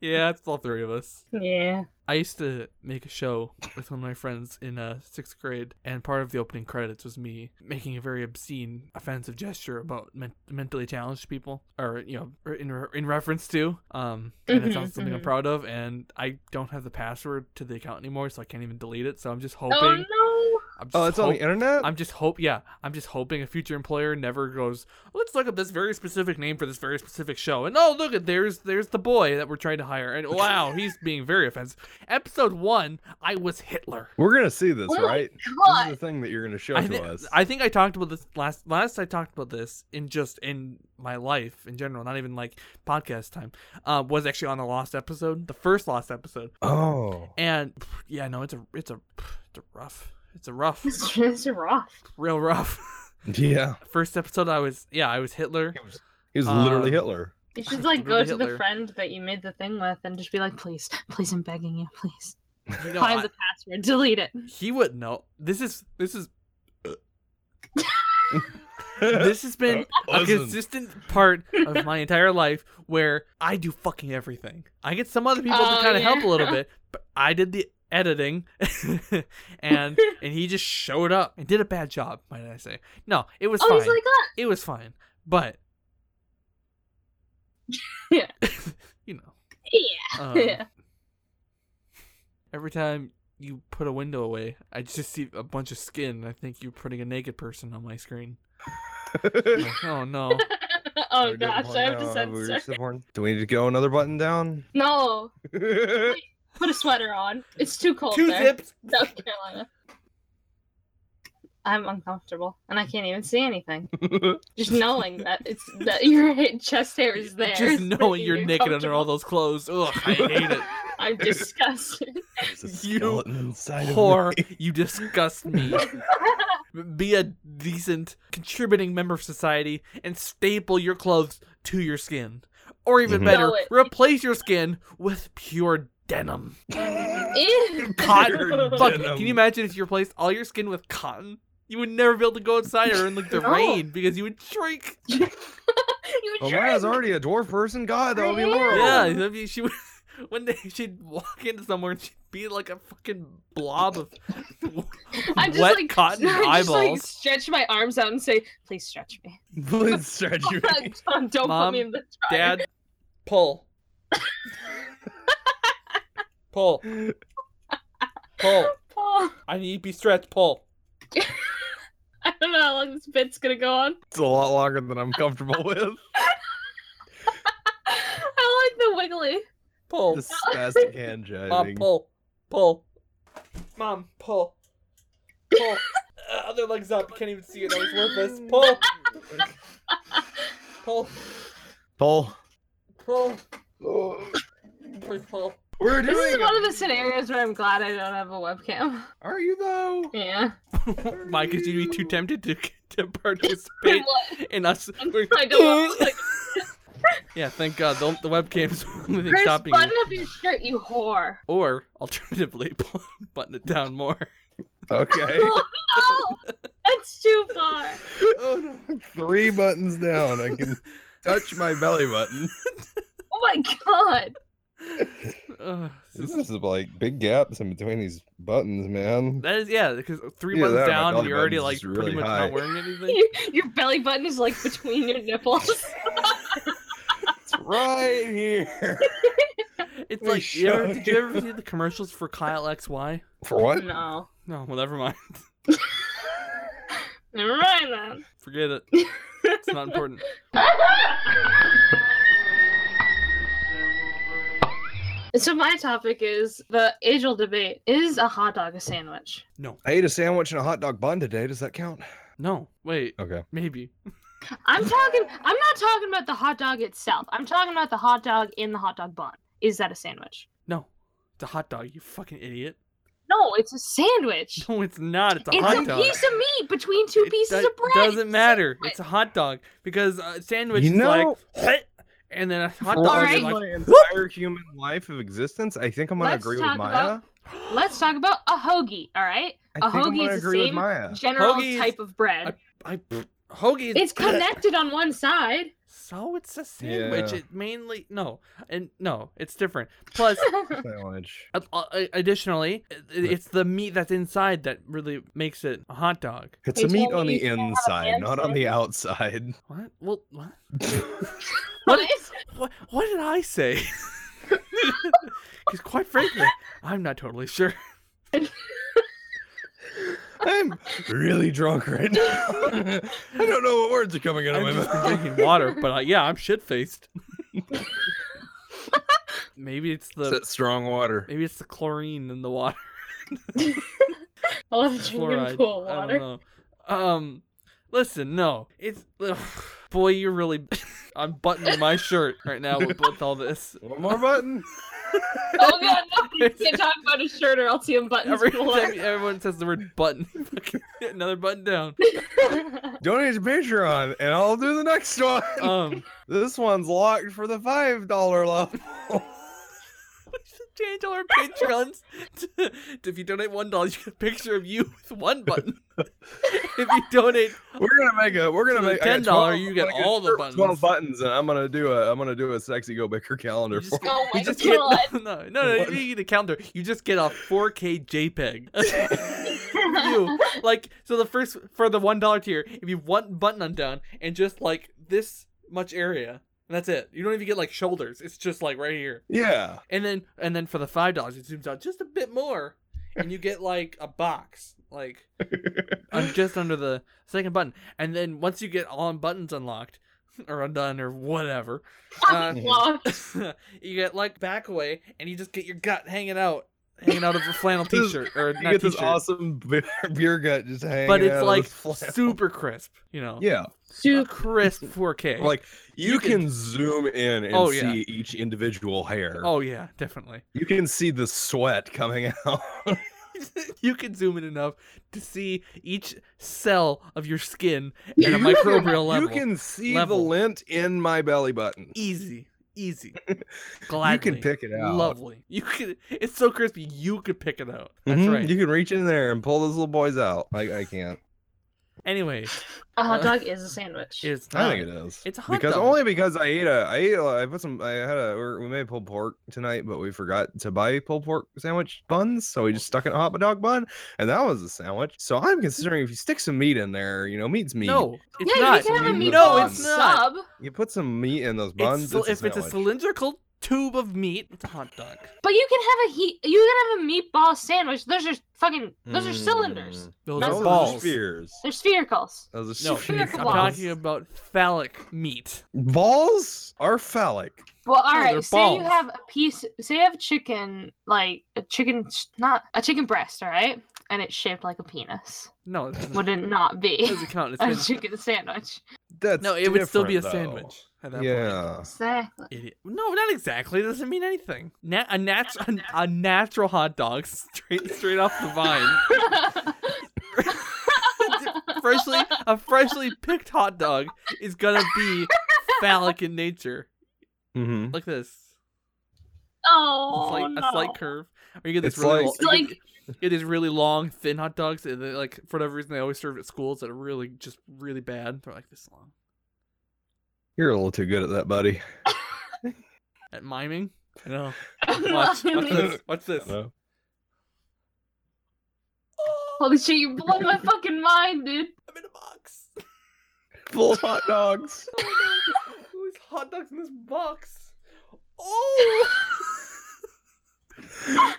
yeah, it's all three of us. yeah. I used to make a show with one of my friends in uh, sixth grade, and part of the opening credits was me making a very obscene, offensive gesture about men- mentally challenged people, or you know, or in re- in reference to. Um, and it's not Mhm, something I'm mhm. proud of, and I don't have the password to the account anymore, so I can't even delete it. So I'm just hoping. Oh I'm just Oh, it's on the hope- internet. I'm just hope yeah, I'm just hoping a future employer never goes, let's look up this very specific name for this very specific show. And oh look at there's there's the boy that we're trying to hire. And wow, he's being very offensive. Episode one, I was Hitler. We're gonna see this, Oh my right? no. This is the thing that you're gonna show I, to thi- us. I think I talked about this last last I talked about this in just in my life in general, not even like podcast time. Uh, was actually on the lost episode, the first lost episode. oh. And yeah, no, it's a it's a it's a rough it's a rough It's, it's rough. real rough. Yeah. First episode I was yeah, I was Hitler. He was, he was Um, literally Hitler. You should like go Really to the Hitler. friend that you made the thing with and just be like, please, please, I'm begging you, please. You know, Find I- the password, delete it. he would know. This is this is this has been a Listen. consistent part of my entire life where I do fucking everything. I get some other people to Oh, kind of help a yeah. little bit, but I did the editing, and and he just showed up and did a bad job. Might I say? No, it was oh, fine. he's like that. it was fine, but Yeah. you know. Yeah. um, yeah. Every time you put a window away, I just see a bunch of skin. and I think you're putting a naked person on my screen. Like, oh no. oh We're doing gosh, porn I have to now. Have we censor. reached the porn? Do we need to go another button down? No, put a sweater on. It's too cold. Two there. zips. South Carolina. I'm uncomfortable, and I can't even see anything. Just knowing that it's that your ha- chest hair is there. Just is knowing making you're me naked under all uncomfortable. those clothes. Ugh, I hate it. I'm disgusted. There's a You skeleton inside of Whore, me. you disgust me. Be a decent contributing member of society and staple your clothes to your skin. Or even Mhm. better, No, it- replace your skin with pure denim. Ew. Cotton. Pure Fuck, denim. can you imagine if you replaced all your skin with cotton? You would never be able to go outside or in like the No. rain because you would shrink. You Oh, jerk. Maya's already a dwarf person. God, that would be I am. horrible. Yeah, that'd be- she would. One day she'd walk into somewhere and she'd be like a fucking blob of I'm just wet like cotton I just, like, eyeballs. stretch my arms out and say, "Please stretch me." Please stretch you. Don't, don't Mom, put me in the dryer. Dad, pull, pull, pull. Paul, I need to be stretched. Pull. I don't know how long this bit's gonna go on. It's a lot longer than I'm comfortable with. I like the wiggly. Pull. This spastic hand Mom, jiving. pull, pull. Mom, pull, pull. Uh, other legs up. You can't even see it. That was worthless. Pull, pull, Pull. pull. Please pull. We're doing. This is it. one of the scenarios where I'm glad I don't have a webcam. Are you though? Yeah. Mike, is you be too tempted to to I participate in us? don't want to like, yeah, thank God the, the webcam's the only thing Chris, stopping button you. up your shirt, you whore. Or alternatively, button it down more. Okay. Oh, that's too far. Three buttons down. I can touch my belly button. Oh my my god! Ugh, this is- This is like big gaps in between these buttons, man. that is yeah, because three Yeah, buttons that and my down and belly you're already button's like just pretty really much high. not wearing anything. Your, your belly button is like between your nipples. It's right here. It's We like you ever, showed did you ever you. see the commercials for Kyle XY? For what? no. No, well never mind. Never mind then. Forget it. It's not important. So my topic is the age-old debate: is a hot dog a sandwich? I ate a sandwich and a hot dog bun today. Does that count? No, wait, Okay. maybe. I'm talking. I'm not talking about the hot dog itself. I'm talking about the hot dog in the hot dog bun. Is that a sandwich? No, it's a hot dog. You fucking idiot. No, it's a sandwich. No, it's not. It's a It's hot a dog. piece of meat between two It pieces do- of bread. Doesn't It's a matter. sandwich. It's a hot dog because a sandwich You is know- like, and then a hot For dog Alright. is like, my entire human life of existence, I think I'm gonna Let's agree with talk Maya. about- Let's talk about a hoagie. All right, I a think I'm hoagie gonna is the agree with same Maya. general Hoagies- type of bread. I hoagie. is- It's connected on one side. So it's a sandwich. Yeah. It mainly no, and no, it's different. Plus, Sandwich. a- uh, a- additionally, i- it's the meat that's inside that really makes it a hot dog. It's They a meat told on me the you can't have inside, not on answer. the outside. What? Well, what? What? What, what did I say? Because quite frankly, I'm not totally sure. I'm really drunk right now. I don't know what words are coming out I'm of my just mouth. drinking water, but uh, yeah, I'm shit faced. maybe it's the It's that strong water. maybe it's the chlorine in the water. I love drinking Fluoride. pool I water. don't know. Um, listen, no, it's ugh, boy, you're really. I'm buttoning my shirt right now with, with all this. One more button. Oh god, no! You can't talk about his shirt or else your buttons Every will time everyone says the word button, fucking get another button down. work. Donate to Patreon, and I'll do the next one. Um, this one's locked for the five dollar level. we should change all our Patreons. To, to- if you donate one dollar, you get a picture of you with one button. if you donate We're gonna make a. We're gonna So make I got $10, 12 you get I got all the buttons. Twelve buttons, and I'm gonna do a. I'm gonna do a sexy go baker calendar You for. just, Oh you my just get God. no, no, no, you What? don't get a counter. You just get a 4K JPEG. you like so the first for the one dollar tier, if you one button undone and just like this much area, and that's it. You don't even get like shoulders. It's just like right here, Yeah. and then and then for the five dollars, it zooms out just a bit more, and you get like a box like un- just under the second button, and then once you get all buttons unlocked or undone or whatever. Uh, Well, you get like back away, and you just get your gut hanging out, hanging out of a flannel This- t-shirt or not You get t-shirt, this awesome beer, beer gut just hanging. but out it's of like this flap. super crisp. You know, Yeah. super crisp 4K. Like you, You can, can- zoom in and Oh, see yeah. each individual hair. oh yeah, definitely. You can see the sweat coming out. you can zoom in enough to see each cell of your skin at a microbial level. You can see Level. the lint in my belly button. easy, easy. Gladly. You can pick it out. Lovely. You can. It's so crispy. You could pick it out. That's Mm-hmm. Mhm, right. You can reach in there and pull those little boys out. I, I can't. Anyway, a Uh, hot dog is a sandwich. it's not. I think it is. Ah, It's a hot because dog. only because I ate a I ate a, I put some I had a we're- we made pulled pork tonight, but we forgot to buy pulled pork sandwich buns, so we just stuck it in a hot dog bun, and that was a sandwich. So I'm considering if you stick some meat in there, you know, meat's meat. No, it's yeah, not. you can have a meat meatball no, it's buns. not. sub. You put some meat in those It's buns. sil- it's if a it's a sandwich. cylindrical tube of meat, it's a hot dog. But you can have a heat. You can have a meatball sandwich. Those are fucking. Those are cylinders. Mm. Those That's are Those balls. spheres. They're sphericals. Those are No, spheres. I'm Balls. talking about phallic meat. Balls are phallic. Well, all No, right. they're say you balls. have a piece. Say you have chicken, like a chicken, not a chicken breast. All right, and it's shaped like a penis. No, it doesn't, Would it not it be doesn't count. It's a been- chicken sandwich? That's no, it would still be a different, though. sandwich at that point. Yeah. Exactly. Idiot. No, not exactly. It doesn't mean anything. Na- a, nat- a, a natural hot dog straight straight off the vine. freshly a freshly picked hot dog is gonna be phallic in nature. Mm-hmm. Like this. oh It's like no. a slight curve. Or you get this It's really like- lo- It's like- you get- it is really long, thin hot dogs. And they, like for whatever reason, they always serve at schools that are really just really bad. They're like this long. You're a little too good at that, buddy. at miming. I know. Watch, watch this. Watch this. No. Holy shit, you blew my fucking mind, dude. I'm in a box. Full hot dogs. Oh Who's hot dogs in this box? Oh,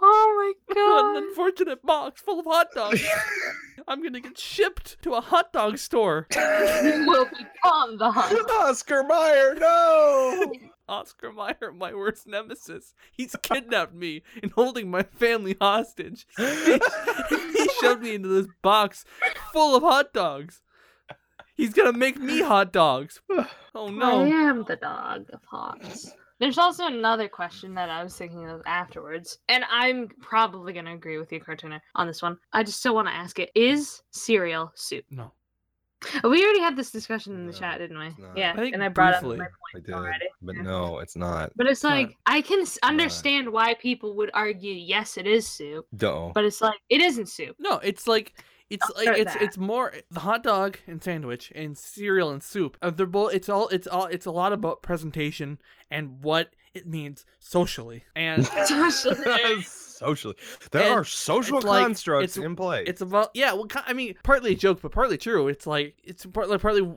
Oh my what god. an unfortunate box full of hot dogs. I'm gonna get shipped to a hot dog store. You will become the hunt. Oscar Meyer, no. Oscar Meyer, my worst nemesis. He's kidnapped me and holding my family hostage. he shoved me into this box full of hot dogs. He's gonna make me hot dogs. Oh I no. am the dog of Hawks. There's also another question that I was thinking of afterwards, and I'm probably going to agree with you, Cartooner, on this one. I just still want to ask it Is cereal soup? No. We already had this discussion in the No, chat, didn't we? it's not. Yeah, I think and I brought briefly. up my I point did, already. but yeah. no, it's not. But it's not. like, I can s- not. understand why people would argue, yes, it is soup, Duh. but it's like, it isn't soup. No, it's like it's I'll like start it's that. it's more the hot dog and sandwich and cereal and soup. Uh, They're both. It's all. It's all. It's a lot about presentation and what it means socially. And Socially, there And are social it's like- constructs it's- in play. It's about yeah. Well, ki- I mean, partly a joke, but partly true. It's like it's partly partly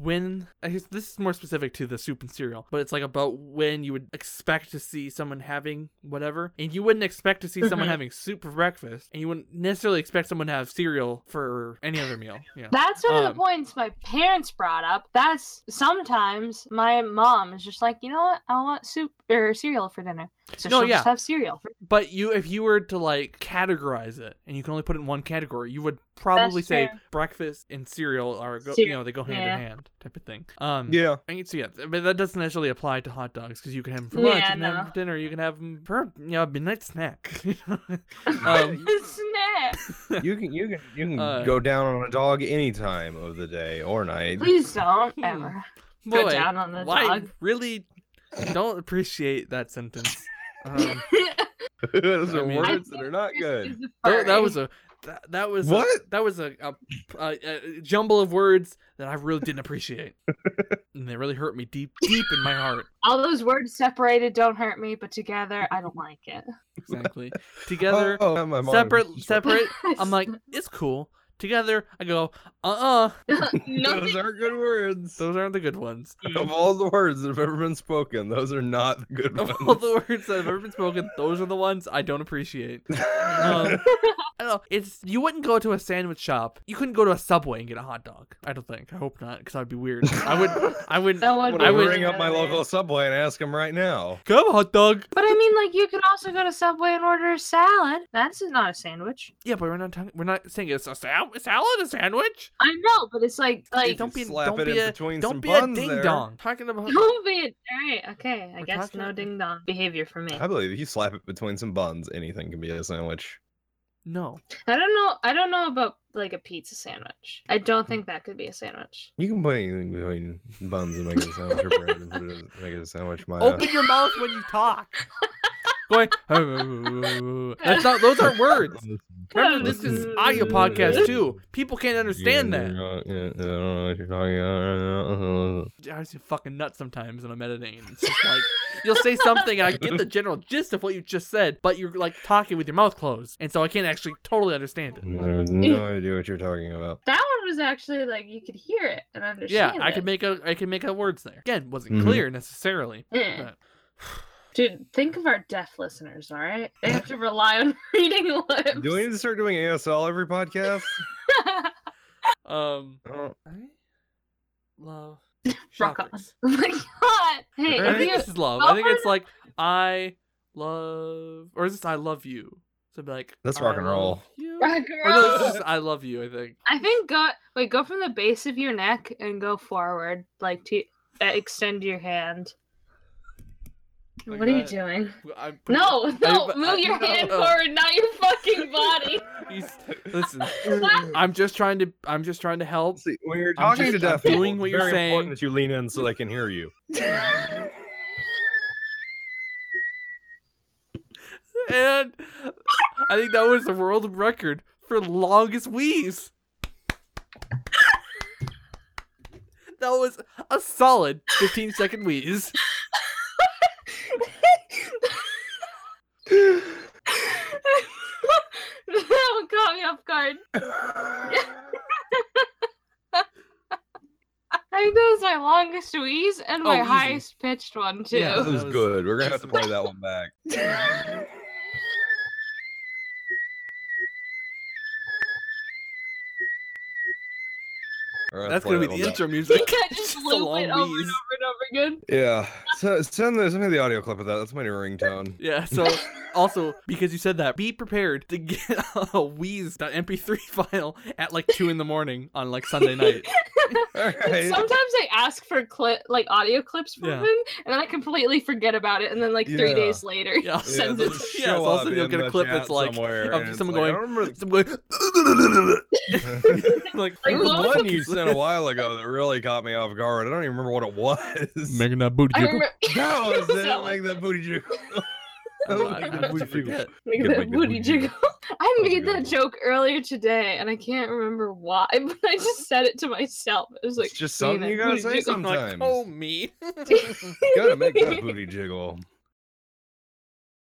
when I guess this is more specific to the soup and cereal, but it's like about when you would expect to see someone having whatever, and you wouldn't expect to see someone Mhm. having soup for breakfast, and you wouldn't necessarily expect someone to have cereal for any other meal. Yeah. That's one of Um, the points my parents brought up. That's sometimes my mom is just like, you know what? I want soup or cereal for dinner. So No, she'll yeah. just have cereal. For- But you, if you were to like categorize it, and you can only put it in one category, you would probably That's say true. breakfast and cereal are go, you Cere- know they go hand yeah. in hand type of thing. Um, yeah, I mean, so yeah, but that doesn't necessarily apply to hot dogs because you can have them for Yeah, lunch, you can have no. them for dinner, you can have them for you know, a midnight snack. um, Snack. you can you can you can Uh, go down on a dog any time of the day or night. Please don't Hmm. ever boy, go down on the why dog. really don't appreciate that sentence. Um, Those I are mean- words that are not good. that, that was a that, that was a- What? that was a, a, a, a jumble of words that I really didn't appreciate, and they really hurt me deep deep in my heart. all those words separated don't hurt me, but together I don't like it. Exactly together, Oh, oh, my mom- separate, separate. I'm like it's cool. Together, I go uh uh. Those nothing. are good words. Those aren't the good ones. Of all the words that have ever been spoken, those are not the good of ones. all the words that have ever been spoken, those are the ones I don't appreciate. Um, I don't know. It's you wouldn't go to a sandwich shop. You couldn't go to a Subway and get a hot dog. I don't think. I hope not, because I'd be weird. I would. I would. That I'm would gonna I would- ring up my local Subway and ask them right now. Come hot dog. But I mean, like, you could also go to Subway and order a salad. That's not a sandwich. Yeah, but we're not talking. We're not saying it's a sal- salad, a sandwich. I know, but it's like, like, don't be. Slap Don't it be in a. between some Don't be a buns ding there. dong. Talking about. Don't be it. All right. Okay. I We're guess talking- no ding dong behavior for me. I believe if you slap it between some buns, anything can be a sandwich. No. I don't know. I don't know about like a pizza sandwich. I don't think that could be a sandwich. You can put anything between buns and make it a sandwich, or bread and put it as- make it a sandwich. uh, Maya. Open your mouth when you talk. Going. That's not. Those aren't words. Remember, this is audio podcast too. People can't understand Yeah, that. yeah, I don't know what you're talking about. I just get fucking nuts sometimes when I'm editing. and It's just like you'll say something and I get the general gist of what you just said, but you're like talking with your mouth closed, and so I can't actually totally understand it. I have no idea what you're talking about. That one was actually like you could hear it and Yeah, understand. I can it. make a I can make out words there. Again, wasn't Mhm. clear necessarily. Mm. but- Dude, think of our deaf listeners. All right, they have to rely on reading lips. Oh Do we need to start doing ASL every podcast? Um, Oh, I love Rock on. shoppers. Oh my God. Hey, I if think you, this is love. I think it's like I love, or is this I love you? So it'd be like That's I rock and love roll. you. Rock Or and no, roll. it's just I love you. I think. I think go wait, go from the base of your neck and go forward, like to uh, extend your hand. Like what are you that? doing? I'm putting- No, no, but move I- your no, hand no. forward, not your fucking body. You s- Listen, What? I'm just trying to. I'm just trying to help. See, when you're I'm talking just- to I'm deaf people, doing what it's you're very saying. important that you lean in so they can hear you. And I think that was the world record for longest wheeze. That was a solid 15 second wheeze. I think that was my longest wheeze and Oh, my easy. highest pitched one too. Yeah. That was That was good. We're gonna have to excellent. play that one back. We're gonna have That's to play gonna be the that one back. intro You music. can't It's just a loop it over long and over and wheeze. over again. Yeah. So send the send me the audio clip of that. That's my new ringtone. Yeah, so also because you said that, be prepared to get a wheeze.mp3 file at like two in the morning on like Sunday night. All And right. Sometimes I ask for clip like audio clips from Yeah. him, and then I completely forget about it, and then like three Yeah. days later, Yeah, I'll Yeah, send they'll it. just Yeah, so show I'll up send you a in the clip that's chat like somewhere, of and it's someone like, going- I remember I'm going, the- like, Like, what the what was fuck one you is sent a while ago that really caught me off guard. I don't even remember what it was. this? Making that booty I jiggle. remember. no, it was That that one. make that booty jiggle. Oh, I'm not- I'm not- Booty jiggle. forget. Make Good, that good, good, booty good. jiggle. I Good, made good. that joke earlier today, and I can't remember why, but I just said it to myself. It was like It's just "Make something that you gotta booty say jiggle." I'm like, sometimes. oh me. gotta make that booty jiggle.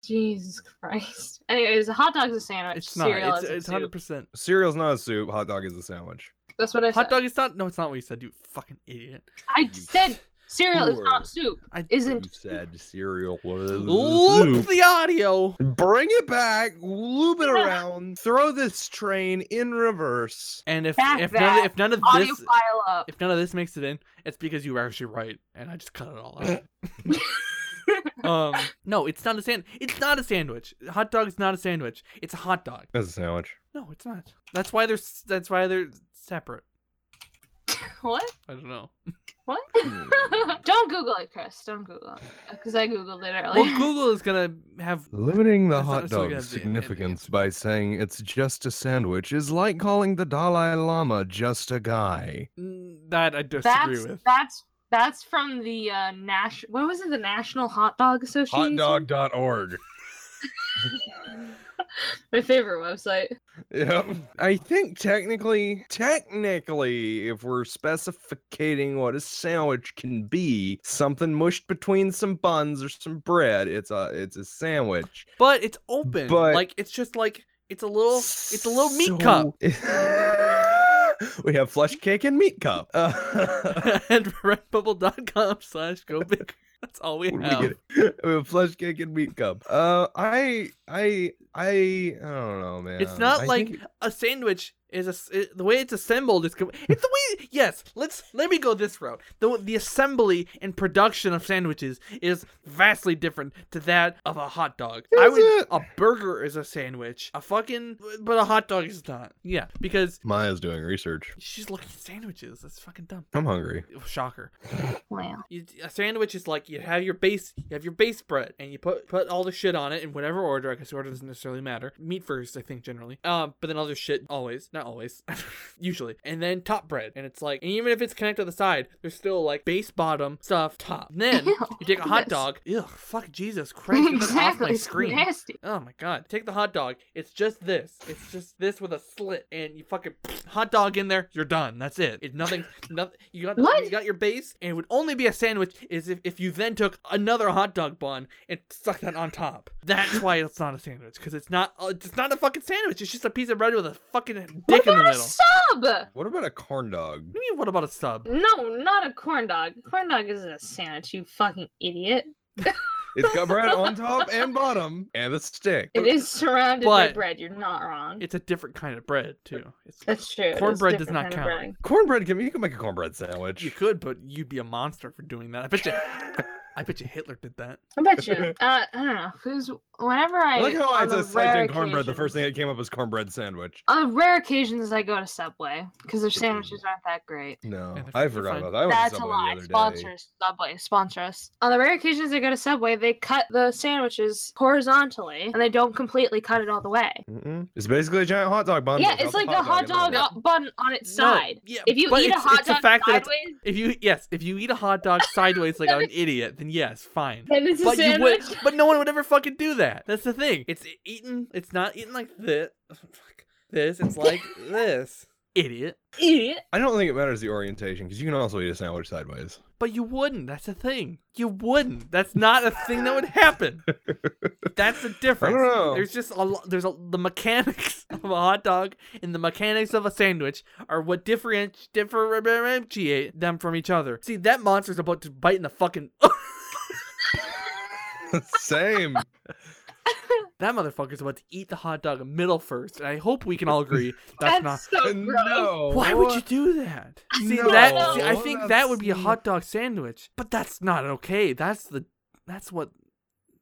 Jesus Christ. Anyways, a hot dog's a sandwich. It's not. Cereal It's is a it's soup. hundred percent. Cereal's not a soup. Hot dog is a sandwich. That's what I said. Hot dog is not. No, it's not what you said. You fucking idiot. I said cereal is Sure. not soup. I- You Isn't said cereal was a Loop soup. the audio. Bring it back, loop it Yeah. around, throw this train in reverse. And if Back if none, that if none of audio this file up. if none of this makes it in, it's because you were actually right, and I just cut it all out. um, no, it's not a sand. It's not a sandwich. Hot dog is not a sandwich. It's a hot dog. That's a sandwich. No, it's not. That's why they're s- that's why they're separate. What? I don't know. What? Don't Google it, Chris. Don't Google it. Because I Googled it Well, earlier. Google is gonna have. Limiting the That's not hot necessarily gonna dog's be an significance by saying it's just a sandwich is like calling the Dalai Lama just a guy. Mm, That I disagree that's with. that's that's from the uh Nash what was it, the National Hot Dog Association? Hotdog.org. My favorite website. Yep. I think technically, technically, if we're specificating what a sandwich can be, something mushed between some buns or some bread, it's a it's a sandwich. But it's open. But- like it's just like it's a little it's a little meat cup. So- we have flush cake and meat cup. Uh, and redbubble.com slash go big. That's all we what do have. we get? We have flush cake and meat cup. Uh, I, I, I, I don't know, man. It's not I like think- a sandwich is a s- it- the way it's assembled is com- it's the way yes let's let me go this route the the assembly and production of sandwiches is vastly different to that of a hot dog I Is would it? a burger is a sandwich a fucking but a hot dog is not yeah because Maya's doing research. she's looking at sandwiches that's fucking dumb I'm hungry. shocker Wow. you, a sandwich is like you have your base you have your base bread and you put put all the shit on it in whatever order i guess order doesn't necessarily matter meat first i think generally um but then other shit always not always usually and then top bread and it's like and even if it's connected to the side there's still like base bottom stuff top And then Ew, you take a hot gross. dog ugh fuck jesus christ get that off exactly. my It's screen nasty. Oh my god. Take the hot dog. It's just this. It's just this with a slit and you fucking hot dog in there, you're done. That's it. It's nothing nothing you got What? you got your base and it would only be a sandwich is if, if you then took another hot dog bun and stuck that on top. That's why it's not a sandwich cuz it's not uh, it's not a fucking sandwich. It's just a piece of bread with a fucking What dick in the about a middle. sub? What about a corn dog? What do you mean, what about a sub? No, not a corn dog. Corn dog isn't a sandwich, you fucking idiot. It's got bread on top and bottom and a stick. It is surrounded by But- bread. You're not wrong. It's a different kind of bread too. It's That's true. it's cornbread does different not kind of count. Cornbread can you can make a cornbread you sandwich. could, but you'd be a monster for doing that. I bet you I bet you Hitler did that. bread. I bet you. Uh, I don't know. Because whenever I. I like how I on the just rare typed in cornbread. The first thing occasions- that came up was cornbread sandwich. On rare occasions, I go to Subway because their sandwiches aren't that great. No, Yeah, they're I fine. forgot about that. I went That's to a Subway lie. the other day. Sponsor Subway. Sponsor us. On the rare occasions I go to Subway, they cut the sandwiches horizontally and they don't completely cut it all the way. Mm-mm. It's basically a giant hot dog bun. yeah, without it's the like a hot dog in it. o- bun on its No, side. yeah, If you but eat a it's- hot it's the dog fact that it's- sideways, If you yes, if you eat a hot dog sideways like an idiot, then yes, fine. then it's a But you would, sandwich. but no one would ever fucking do that. That's the e-, thing. It's eaten. It's not eaten like this. This. It's like this. idiot. Idiot. I don't think it matters the orientation because you can also eat a sandwich sideways. But you wouldn't. That's the thing. You wouldn't. That's not a thing that would happen. That's the difference. know. There's just a lo- there's a, the mechanics of a hot dog and the mechanics of a sandwich are what differenti- differentiate them from each other. See, that monster's about to bite in the fucking. Same. that motherfucker's about to eat the hot dog middle first, and I hope we can all agree that's, That's, not. so gross. Why would you do that? See No, that? See, I think that that's- would be a hot dog sandwich, but that's not okay. That's the that's what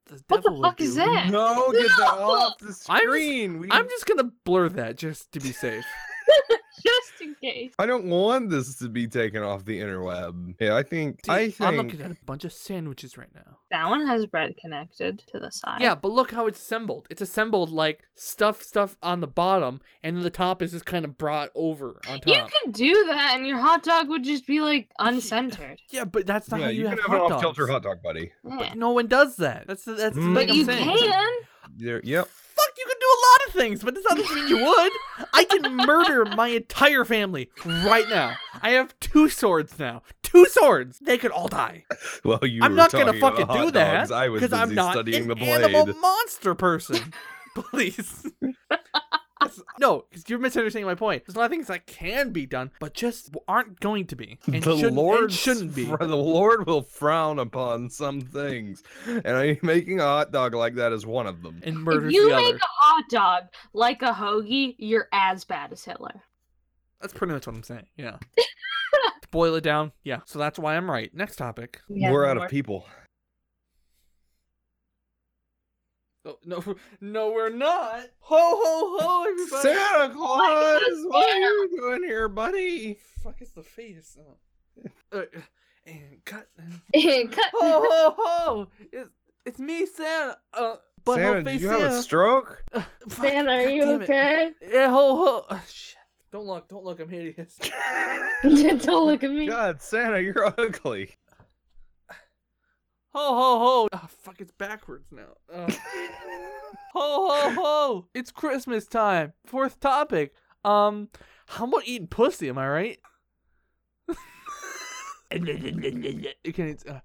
the What the devil would fuck is do. that? No, get that off the I'm just- screen. We- I'm just gonna blur that just to be safe. Just in case. I don't want this to be taken off the interweb. Yeah, I think Dude, I think I'm looking at a bunch of sandwiches right now. That one has bread connected to the side. Yeah, but look how it's assembled. It's assembled like stuff stuff on the bottom, and then the top is just kind of brought over on You top. could do that, and your hot dog would just be like uncentered. Yeah, but that's not yeah, how you, you, have, can have an hot off dogs. kilter hot dog, buddy. Yeah. No one does that. That's the, that's the thing Mm. But I'm you saying. can. There, yep. Fuck, you can do a lot of things, but that's not doesn't mean you would. I can murder my entire family right now. I have two swords now. Two swords. They could all die. Well, you. I'm were not gonna talking about fucking hot do that dogs. I was because I'm busy not studying an the blade. animal monster person. Please. That's- no, because you're misunderstanding my point. There's a lot of things that can be done, but just aren't going to be, and, the shouldn't, and Lord shouldn't be. fr- The Lord will frown upon some things, and I, making a hot dog like that is one of them. And If murders you the make other. a hot dog like a hoagie, you're as bad as Hitler. That's pretty much what I'm saying. Yeah. to boil it down, yeah. So that's why I'm right. Next topic. We're out of people. Oh, no, no, we're not. Ho ho ho, everybody. Santa Claus, Santa? what are you doing here, buddy? Fuck is the face. Oh. Uh, and cut. Cut. ho ho ho! It's, it's me, Santa. Uh, but Santa, no face did you have Santa. a stroke? Ugh, fuck, Santa, are God you damn it. okay? Yeah, ho ho. Oh, shit. Don't look, don't look. I'm hideous. Don't look at me. God, Santa, you're ugly. Ho ho ho! Oh, fuck, it's backwards now. Uh, ho ho ho! It's Christmas time. Fourth topic. Um, how about eating pussy? Am I right? Can it, uh,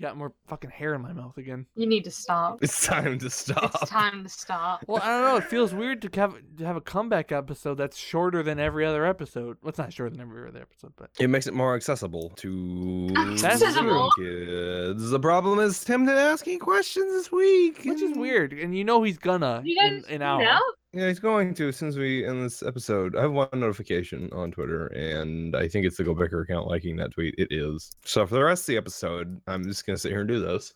got more fucking hair in my mouth again. You need to stop. It's time to stop. It's time to stop. Well, I don't know. It feels weird to have to have a comeback episode that's shorter than every other episode. Well, it's not shorter than every other episode, but It makes it more accessible to That's Accessible. kids. The problem is Tim did asking questions this week. which is and- weird. And you know he's gonna You guys in an hour. know? Yeah, he's going to as soon as we end this episode. I have one notification on Twitter, and I think it's the Go Bicker account liking that tweet. It is. So for the rest of the episode, I'm just gonna sit here and do this.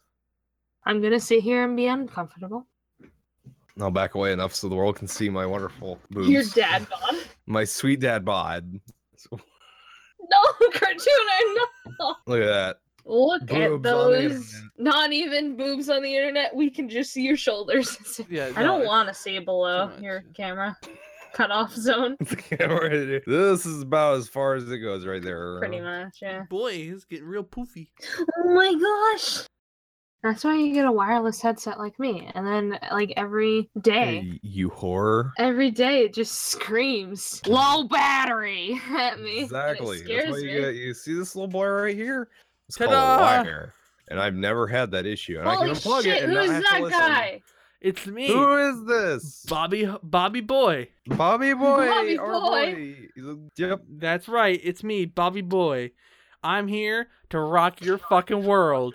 I'm gonna sit here and be uncomfortable. I'll back away enough so the world can see my wonderful boobs. Your dad bod. My sweet dad bod. No, cartooner, no. Look at that. Look at Boobs on the those. internet. Not even boobs on the internet. We can just see your shoulders. Yeah, I no, don't it's- want to see below much, your yeah. camera cutoff zone. The camera. This is about as far as it goes right there. Pretty much, yeah. Boy, he's getting real poofy. Oh my gosh. That's why you get a wireless headset like me. And then, like, every day, Hey, you whore. every day it just screams low battery at me. and it Exactly. That's scares why you me. get. You see this little boy right here? It's Ta-da! called a wire, and I've never had that issue. And Holy I can unplug shit, it and who not is have to that listen. guy? It's me, Who is this? Bobby Bobby Boy. Bobby boy. Bobby our boy. boy. He's a- Yep. That's right, it's me, Bobby Boy. I'm here to rock your fucking world.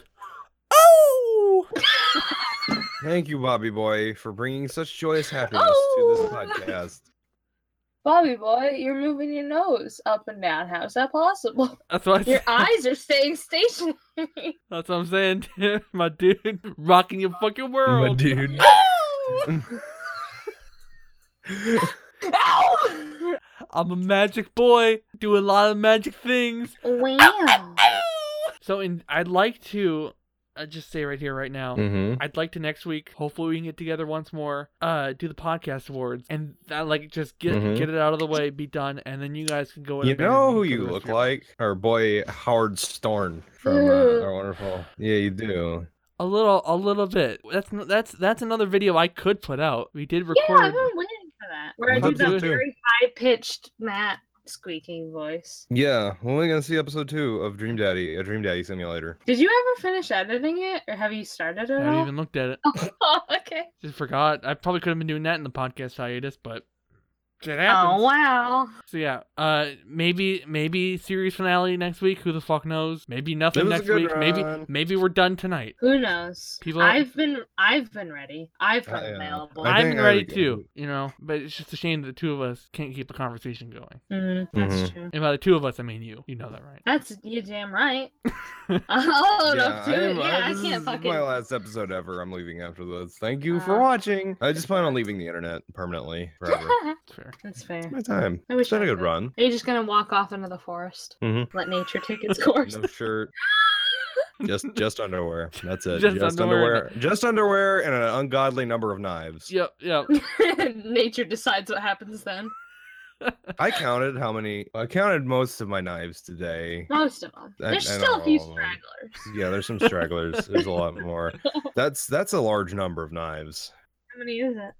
Oh! Thank you, Bobby boy, for bringing such joyous happiness Oh! to this podcast. Bobby boy, you're moving your nose up and down. How's that possible? That's what I Your said- eyes are staying stationary. that's what I'm saying, dude. my dude. Rocking your fucking My world. dude. Ow! I'm a magic boy, do a lot of magic things. Wow. So, in, I'd like to uh, just say right here, right now. hmm I'd like to next week. Hopefully, we can get together once more. Uh, do the podcast awards and uh, like just get Mhm. get it out of the way, be done, and then you guys can go. in You and know do who the you rest look of your- like? Our boy Howard Storn from uh, our wonderful. Yeah, you do. A little, a little bit. That's n- that's that's another video I could put out. We did Yeah, record. I've been waiting for that. that. Where I do Episode that two. very high pitched Matt squeaking voice. Yeah, when are we gonna see episode two of Dream Daddy, a Dream Daddy simulator? Did you ever finish editing it, or have you started I it? haven't all? even looked at it. oh, okay. Just forgot. I probably could have been doing that in the podcast hiatus, but it happens. Oh wow. So yeah, uh, maybe maybe series finale next week. Who the fuck knows? Maybe It nothing was a next good week. Maybe run. maybe we're done tonight. Who knows? People- I've been I've been ready. I've been I am. available. I I've think been I ready would- too, you know. But it's just a shame that the two of us can't keep the conversation going. Mhm, that's true. And by the two of us, I mean you. You know that, right? That's you damn right. I'll own up to Oh, it. am- Yeah, I this can't is fucking. my last episode ever. I'm leaving after this. Thank you for Uh, watching. I just plan on leaving the internet permanently forever. It's fair. That's fair. It's my time. I wish It's been I a good could. run. Are you just gonna walk off into the forest? Mhm. Let nature take its course. No shirt. Just just underwear. That's it. Just Just, underwear. underwear. Just underwear and an ungodly number of knives. Yep, yep. nature decides what happens then. I counted how many I counted most of my knives today. Most of them. I- There's I still know a few all of 'em. stragglers. Yeah, there's some stragglers. There's a lot more. That's that's a large number of knives. How many is it?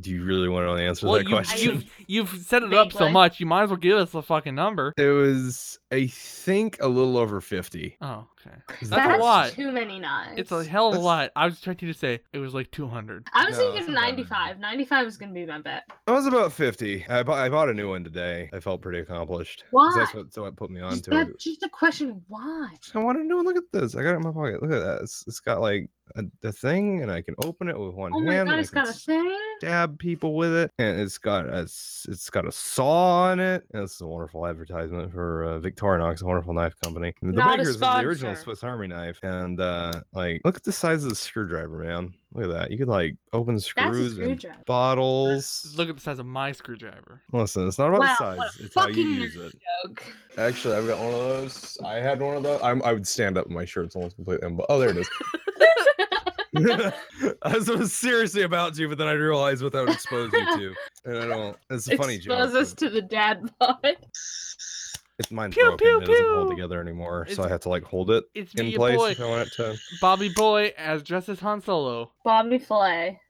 Do you really want to answer Well, that you, question? you've you've set it up so Vaguely. much. You might as well give us the fucking number. It was, I think, a little over 50. Oh, okay. Is That's a that- lot. Too many knives. It's a hell of a That's- lot. I was expecting you to say it was like 200. I was No, it's thinking not that many. 95. 95 is gonna be my bet. It was about 50. I bought, I bought a new one today. I felt pretty accomplished. 'Cause Why? That's what, so what put me on Just, to that, it. just a question. Why? I want to know. Look at this. I got it in my pocket. Look at that. It's, it's got like a, a thing, and I can open it with one Oh my hand. god, and I it's can got a thing. stab people with it, and it's got a s- it's got a saw on it. And this is a wonderful advertisement for uh, Victorinox, a wonderful knife company. And the Not a makers of the original sponsor. Swiss Army knife, and uh, like look at the size of the screwdriver, man. Look at that. You could like open That's a screws and screwdriver. bottles. Look at the size of my screwdriver. Listen, it's not about Wow, the what a size; it's how you fucking use it. Joke. Actually, I've got one of those. I had one of those. I'm, I would stand up, and my shirt's almost completely. Unbu- oh, there it is. I was, I was seriously about to, but then I realized what that would expose you to, and I don't. It's a funny Expose joke. us but to the dad bod. It's mine's Pew, broken. pew, it doesn't hold pew. together anymore, so It's- I have to like hold it It's me, in your place boy, if I want it to. Bobby Boy, as dressed as Han Solo. Bobby Flay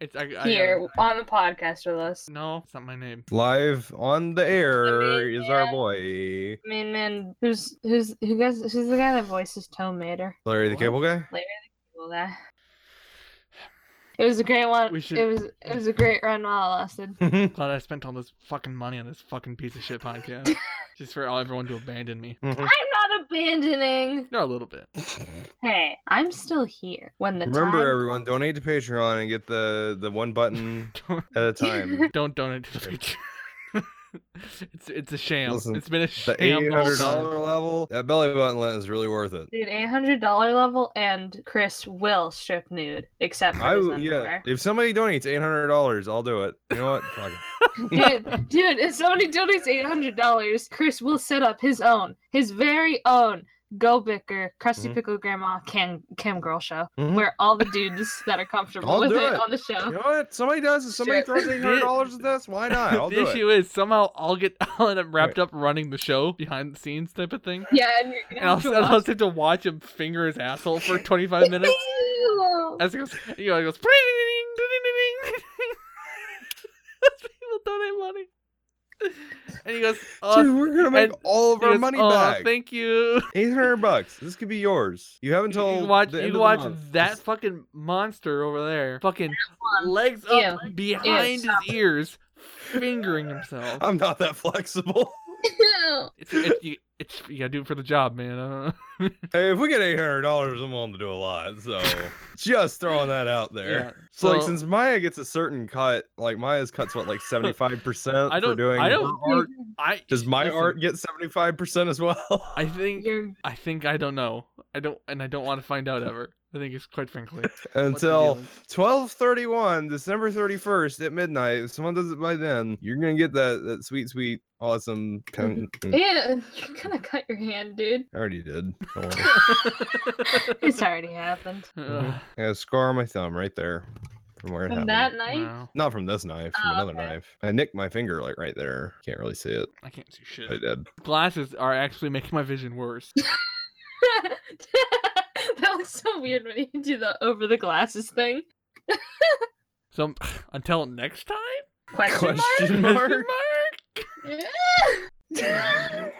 It's I, I got here it. on the podcast with us. No, it's not my name. Live on the air is our man. boy I mean, man, who's who's who guys? Who's the guy that voices Tom Mater? Larry the What? Cable Guy. Well, that- It was a great one. We should- It was it was a great run while it lasted. Glad I spent all this fucking money on this fucking piece of shit podcast just for all everyone to abandon me. I'm Mhm. not abandoning. No, a little bit. Hey, I'm still here when the Remember, time- everyone, donate to Patreon and get the the one button Don't, at a time. don't donate to the Patreon. it's it's a sham. Listen, it's been a The sham eight the whole hundred time. dollar level, that belly button lint is really worth it. Dude, eight hundred dollar level, and Chris will strip nude, except for I his w- yeah. underwear. If somebody donates eight hundred dollars, I'll do it. You know what? Fuck it. dude, dude, if somebody donates eight hundred dollars, Chris will set up his own, his very own Go Bicker, Krusty Mhm. Pickle Grandma Cam Cam Girl Show, Mhm. where all the dudes that are comfortable I'll with do Mm-hmm. it, it. on the show. You know what? Somebody does. If somebody Sure. throws eight hundred dollars at this, why not? I'll the do it. issue is somehow I'll get I'll end up wrapped up running the show behind the scenes type of thing. Yeah, and you're gonna And I'll, have to I'll watch just have to watch him finger his asshole for 25 minutes. Ew. As it goes, you know, it goes. "Pring-a-ding, ding-a-ding, ding-a-ding." As people donate money, and he goes, "Oh, Dude, we're gonna make and all of he our goes, money "Oh, back. Thank you. Eight hundred bucks. This could be yours. You have You until can watch, the you end can of the watch month. that Just- fucking monster over there, fucking one. legs up behind Ew, his ears, fingering himself. I'm not that flexible. It's, it's, you, it's you gotta do it for the job, man. Uh, hey, if we get eight hundred dollars, I'm willing to do a lot. So just throwing that out there. yeah. So, like since Maya gets a certain cut, like Maya's cuts what like seventy five percent I for don't- doing I don't- her art. I Does my listen, art get seventy five percent as well? I think You're I think I don't know. I don't, and I don't want to find out ever. I think it's quite frankly what the deal Until is. twelve thirty one, December thirty first at midnight. If someone does it by then, you're gonna get that that sweet, sweet, awesome. Con- I Ew, you're gonna cut your hand, dude. already did. Don't worry. It's already happened. Ugh, I got a scar on my thumb right there from where it From happened. that night, wow. Not from this knife, from Oh, another okay. knife. I nicked my finger like right there. Can't really see it. I can't see but shit. I did. Glasses are actually making my vision worse. that was so weird when you do the over the glasses thing. So until next time, Question mark? Question mark? Mark? Yeah.